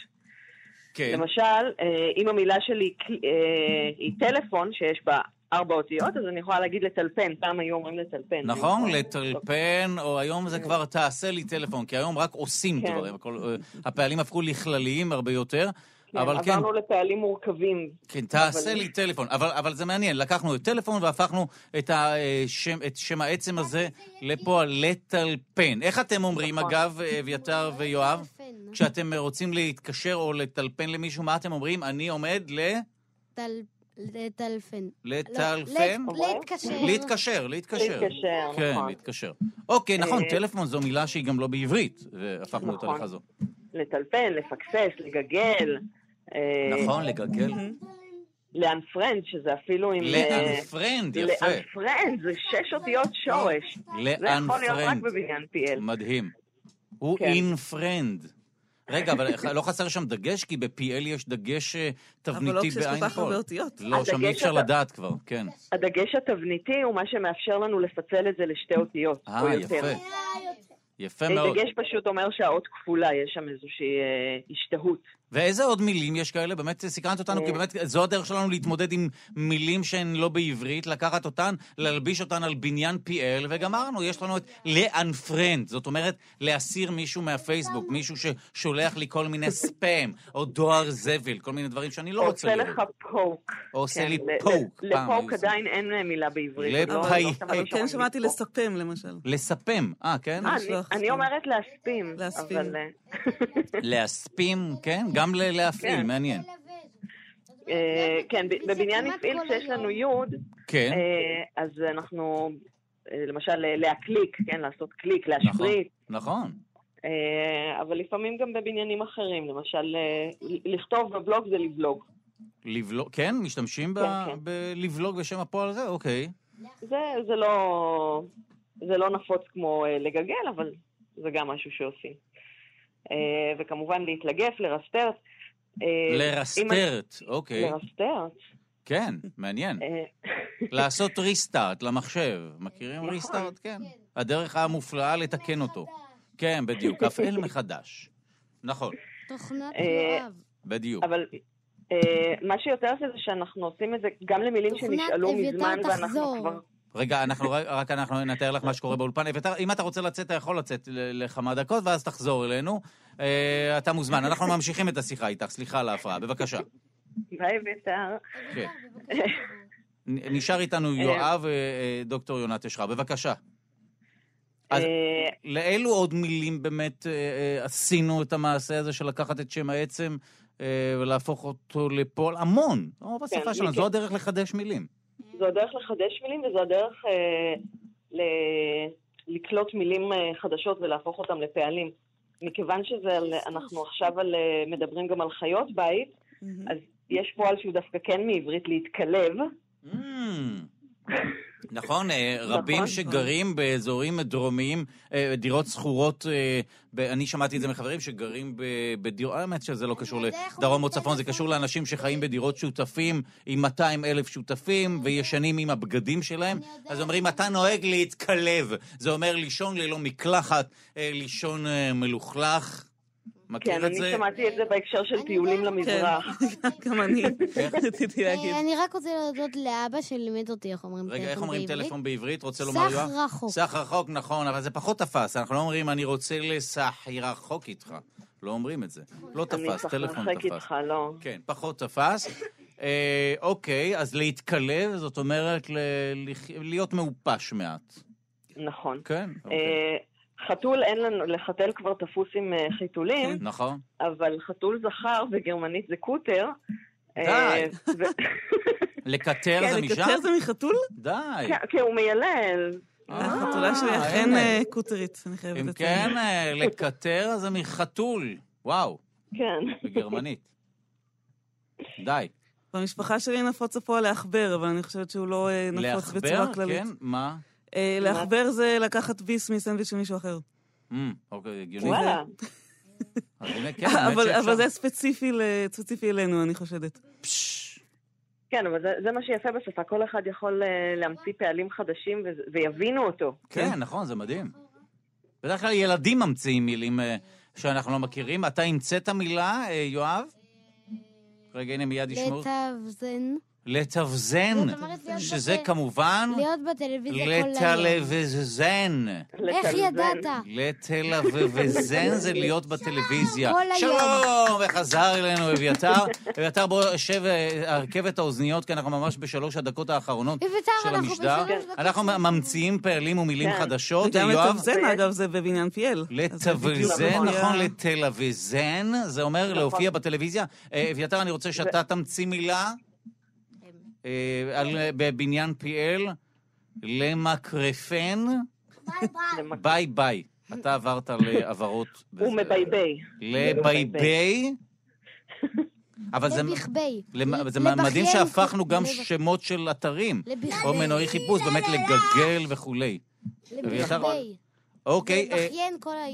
כן. למשל, אה, אם המילה שלי קל- אה, היא טלפון, שיש בה ארבע אותיות, אז אני יכולה להגיד לטלפן, פעם היו אומרים לטלפן. כן, נכון, כן. לטלפן, או היום זה כבר תעשה לי טלפון, כי היום רק עושים כן. דברים. הכל, אה, הפעלים הפכו לכלליים הרבה יותר. אבל כן, עברנו לפעלים מורכבים. כן, תעשה לי טלפון. אבל, אבל זה מעניין, לקחנו את טלפון והפכנו את, השם, את שם העצם הזה לפועל לטלפן. איך אתם אומרים, אגב, אביתר ויואב, כשאתם רוצים להתקשר או לטלפן למישהו, מה אתם אומרים? אני עומד ל... טל- לטלפן. לטלפן? לא, לת- להתקשר. להתקשר, להתקשר. להתקשר, כן, נכון. להתקשר. אוקיי, נכון, אה, טלפון זו מילה שהיא גם לא בעברית, והפכנו אותה נכון. לכזו. לטלפן, לפקסס, לגגל. אה, נכון, לגגל. לאנפרנד, שזה אפילו עם... אה, לאנפרנד, יפה. לאנפרנד, זה שש אותיות שורש. זה יכול להיות רק לאנפרנד. בבניין PL. מדהים. הוא כן. אין פרנד. רגע, אבל <laughs> ח- לא חסר שם דגש? כי ב-PL יש דגש אה, אבל לא תבניתי כשיש כל בעין כך הרבה חול. אותיות. לא, שם אי הדגש אפשר אתה- לדעת כבר, כן. הדגש התבניתי הוא מה שמאפשר לנו לפצל את זה לשתי אותיות, או אה, יותר. יפה. יפה אה, מאוד. דגש פשוט אומר שהאות כפולה, יש שם איזושהי אה, השתהות. ואיזה עוד מילים יש כאלה? באמת סקרנת אותנו, כי אה. באמת זו הדרך שלנו להתמודד עם מילים שהן לא בעברית, לקחת אותן, להלביש אותן על בניין PL, וגמרנו. יש לנו את לאנפרנד, זאת אומרת, להסיר מישהו מהפייסבוק, מישהו ששולח לי כל מיני ספאם, או דואר זבל, כל מיני דברים שאני לא רוצה עושה לראות. לך פוק. או עושה כן, לי ל- פוק, ל- פעם היו לפוק עושים. עדיין אין אה, מילה בעברית. לא- לפאי. לא שמענו אבל כן שאומרים שמעתי לפוק. לספם, למשל. לספם, אה, כן? אה, לשלוח אני- אני ספים. אומרת להספים. להספים. אבל, אה, להספים, כן? גם ל- להפעיל, כן. מעניין. אה, כן, ב- בבניין כמעט הפעיל כל שיש לנו היום. יוד, כן, אה, אז אנחנו, אה, למשל, אה, להקליק, כן, לעשות קליק, להשפריץ. נכון. אה, אבל לפעמים גם בבניינים אחרים, למשל, אה, ל- לכתוב בבלוג זה לבלוג. לבלוג, כן? משתמשים ב- כן, כן. בלבלוג בשם הפועל הזה? אוקיי. זה, זה, לא, זה לא נפוץ כמו אה, לגגל, אבל זה גם משהו שעושים. אה, וכמובן להתלגף, לרסטרט. אה, אם- לרסטרט, אוקיי. לרסטרט. כן, <laughs> מעניין. אה, לעשות ריסטארט למחשב. מכירים נכון. ריסטארט? כן. הדרך המופלאה לתקן אותו. כן, בדיוק. <laughs> הפעל מחדש. נכון, תוכנת אה, יואב. בדיוק. אבל אה, מה שיותר זה זה שאנחנו עושים את זה גם למילים תוכנת שנשאלו אביתר מזמן, תחזור. ואנחנו כבר... רגע, אנחנו, רק- רק אנחנו נתאר לך מה שקורה באולפן. אביתר, אם אתה רוצה לצאת, אתה יכול לצאת ל- לכמה דקות, ואז תחזור אלינו. אה, אתה מוזמן. אנחנו ממשיכים את השיחה איתך, סליחה על ההפרעה, בבקשה. ביי, בית"ר. כן. אוקיי. נ- נשאר איתנו יואב, אה, אה, דוקטור יונת אשרה, בבקשה. אז אה, לאילו עוד מילים באמת אה, אה, עשינו את המעשה הזה של לקחת את שם העצם אה, ולהפוך אותו לפועל? המון, לא בשפה כן, שלנו, כן. זו הדרך לחדש מילים. זו הדרך לחדש מילים וזו הדרך אה, ל- לקלוט מילים אה, חדשות ולהפוך אותם לפעלים. מכיוון שזה, על- אנחנו עכשיו על, אה, מדברים גם על חיות בית, אה, מהמם. אז יש פועל שהוא דווקא כן מעברית להתקלב. Mm. Hmm. נכון, אה, רבים נכון. שגרים באזורים דרומיים, אה, דירות שכורות, אה, ב- אני שמעתי את זה מחברים שגרים בדירות, האמת שזה לא קשור לדרום או צפון, זה קשור לאנשים שחיים בדירות שותפים עם 200 אלף שותפים וישנים עם הבגדים שלהם, אז אומרים, אתה נוהג להתקלב, זה אומר לישון ללא מקלחת, אה, לישון אה, מלוכלך, כן, מכיר את אני זה? שמעתי את זה בהקשר של אני טיולים יודעת. כן, למזרח. גם אני כן. רציתי להגיד. אה, אני רק רוצה להודות לאבא שלימד אותי איך אומרים טלפון כן, בעברית. רגע, איך אומרים טלפון בעברית? רוצה לומר יואב? סח רחוק. סח רחוק, נכון, אבל זה פחות תפס. אנחנו לא אומרים, אני רוצה לסח רחוק איתך. לא אומרים את זה. לא אני תפס, צריך טלפון לרחק תפס. איתך, לא. כן, פחות תפס. אה, אוקיי, אז להתקלב, זאת אומרת ל- לח- להיות מעופש מעט. נכון. כן, אוקיי. אה, חתול אין לנו, לחתל כבר תפוס עם אה, חיתולים, נכון. אבל חתול זכר בגרמנית זה קוטר. אה, די. ו- לקטר כן, זה לקצר משם? זה מחתול? די. כן, כי הוא מיילל. אה, החתולה שלי הנה. אכן אה, קוטרית, אני חייבת אם לציין. כן, אה, לקטר זה מחתול. וואו, כן. אוקיי. בגרמנית. די. במשפחה שלי נפוץ הפועל לעכבר, אבל אני חושבת שהוא לא אה, נפוץ לעכבר? בצורה כללית. כן, מה? אה, לעכבר זה לקחת ביס מסנדוויץ' של מישהו אחר. אמ, אוקיי, הגיוני. וואלה. אז הנה, כן, האמת <laughs> אבל אבל שאפשר. זה ספציפי ל- ספציפי אלינו, אני חושדת. פשש. כן, אבל זה, זה מה שיפה בשפה. כל אחד יכול אה, להמציא פעלים חדשים וזה- ויבינו אותו. כן, נכון, זה מדהים. בדרך כלל ילדים ממציאים מילים אה, שאנחנו לא מכירים. אתה המצאת מילה, אה, יואב? רגע, הנה מיד ישמעו. לטאבזן. לתבזן, זאת אומרת, להיות שזה בטל- כמובן להיות בטלוויזיה כל היום. לטלוויזן. איך ידעת? לטלוויזן זה להיות בטלוויזיה. כל היום. שלום, וחזר אלינו אביתר. <laughs> אביתר, בוא, שב, אה, הרכב את האוזניות, כי אנחנו ממש בשלוש הדקות האחרונות אביתר, של אנחנו המשדר. בשלוש דקות. אנחנו ממציאים פעלים ומילים כן. חדשות. וגם אוקיי, יואב, לטבזן, אגב, זה בבניין פיאל. אז זה נכון. בדיוק לטלוויזן, המופיע. נכון, לטלוויזן, זה אומר להופיע בטלוויזיה. אה, אביתר, אני רוצה שאתה תמציא מילה אה, על- אה, בבניין פיאל, למקרפן, ביי ביי. ביי ביי. אתה עברת <laughs> לעברות... <laughs> הוא בזה. מבייבי. לא <laughs> לבייבי. אבל זה... לבכבי. למ- זה לבכיין. מדהים שהפכנו גם לב- שמות של אתרים, לבכיין. או מנועי חיפוש, באמת לגגל וכולי. אביתר- לבכבי. אוקיי, אה, לבכיין כל ה...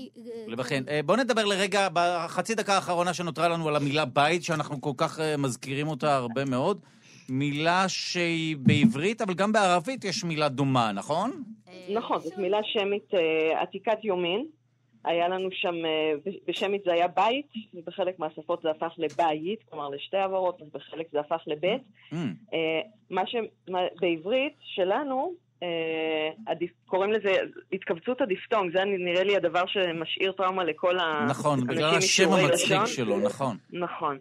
לבכיין. אה, בואו נדבר לרגע, בחצי דקה האחרונה שנותרה לנו על המילה בית, שאנחנו כל כך אה, מזכירים אותה הרבה מאוד. מילה שהיא בעברית, אבל גם בערבית יש מילה דומה, נכון? נכון, זאת מילה שמית אה, עתיקת יומין. היה לנו שם, אה, ב- בשמית זה היה בית, ובחלק מהשפות זה הפך לבית, כלומר לשתי עברות, אז בחלק זה הפך לבית. Mm, אה, מה שבעברית שלנו, אה, עדיף- קוראים לזה התכווצות הדיפתונג, זה נראה לי הדבר שמשאיר טראומה לכל האנשים נכון, בגלל השם משיעורי המצחיק לשון. שלו, נכון. נכון.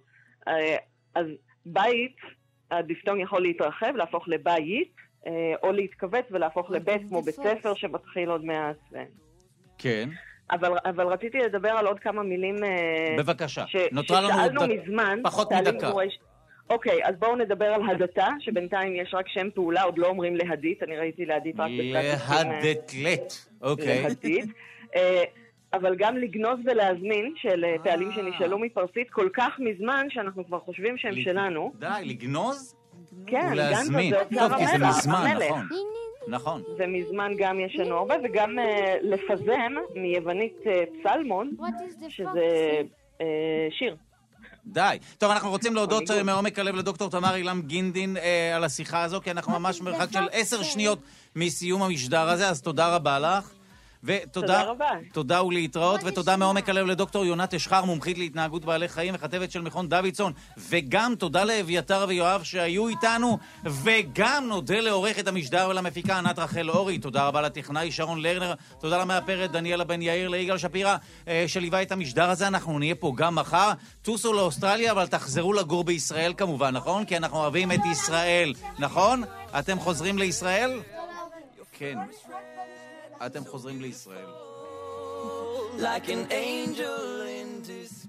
אה, אז בית, הדיפתונג יכול להתרחב, להפוך לבית, אה, או להתכווץ ולהפוך לבית, כמו בית ספר שמתחיל עוד מעט. ו- כן, אבל, אבל רציתי לדבר על עוד כמה מילים אה, בבקשה. ש- נותרה לנו עוד ששאלנו דקה. מזמן. פחות שאלים מדקה. גורי ש- אוקיי, אז בואו נדבר על הדתה, שבינתיים יש רק שם פעולה, עוד לא אומרים להדית, אני ראיתי להדית רק בסטטוסים, אה, להדתלת. אוקיי. להדית. אה, אבל גם לגנוז ולהזמין, של אה, פעלים שנשאלו מפרסית כל כך מזמן, שאנחנו כבר חושבים שהם לג- שלנו. די, לגנוז כן, ולהזמין. גנזו זה טוב, אוצר כי זה המלך, מזמן, המלך. נכון. נכון. ומזמן גם יש לנו הרבה, וגם אה, לפזם מיוונית אה, פסלמון, What is the שזה אה, שיר. די. טוב, אנחנו רוצים להודות אה, מעומק הלב לדוקטור תמר אילם גינדין אה, על השיחה הזו, כי אנחנו ממש מרחק של עשר שניות מסיום המשדר הזה, אז תודה רבה לך. ותודה תודה רבה. תודה ולהתראות, ותודה מעומק הלב לדוקטור יונת אשחר, מומחית להתנהגות בעלי חיים וכתבת של מכון דוידסון, וגם תודה לאביתר ויואב שהיו איתנו, וגם נודה לעורכת המשדר ולמפיקה ענת רחל אורי, תודה רבה לטכנאי שרון לרנר, תודה למאפרת דניאלה בן יאיר, ליגאל שפירא, אה, שליווה את המשדר הזה, אנחנו נהיה פה גם מחר. טוסו לאוסטרליה, אבל תחזרו לגור בישראל כמובן, נכון? כי אנחנו אוהבים את ישראל, נכון? אתם חוזרים לישראל? כן. אתם חוזרים לישראל. like an angel in disguise.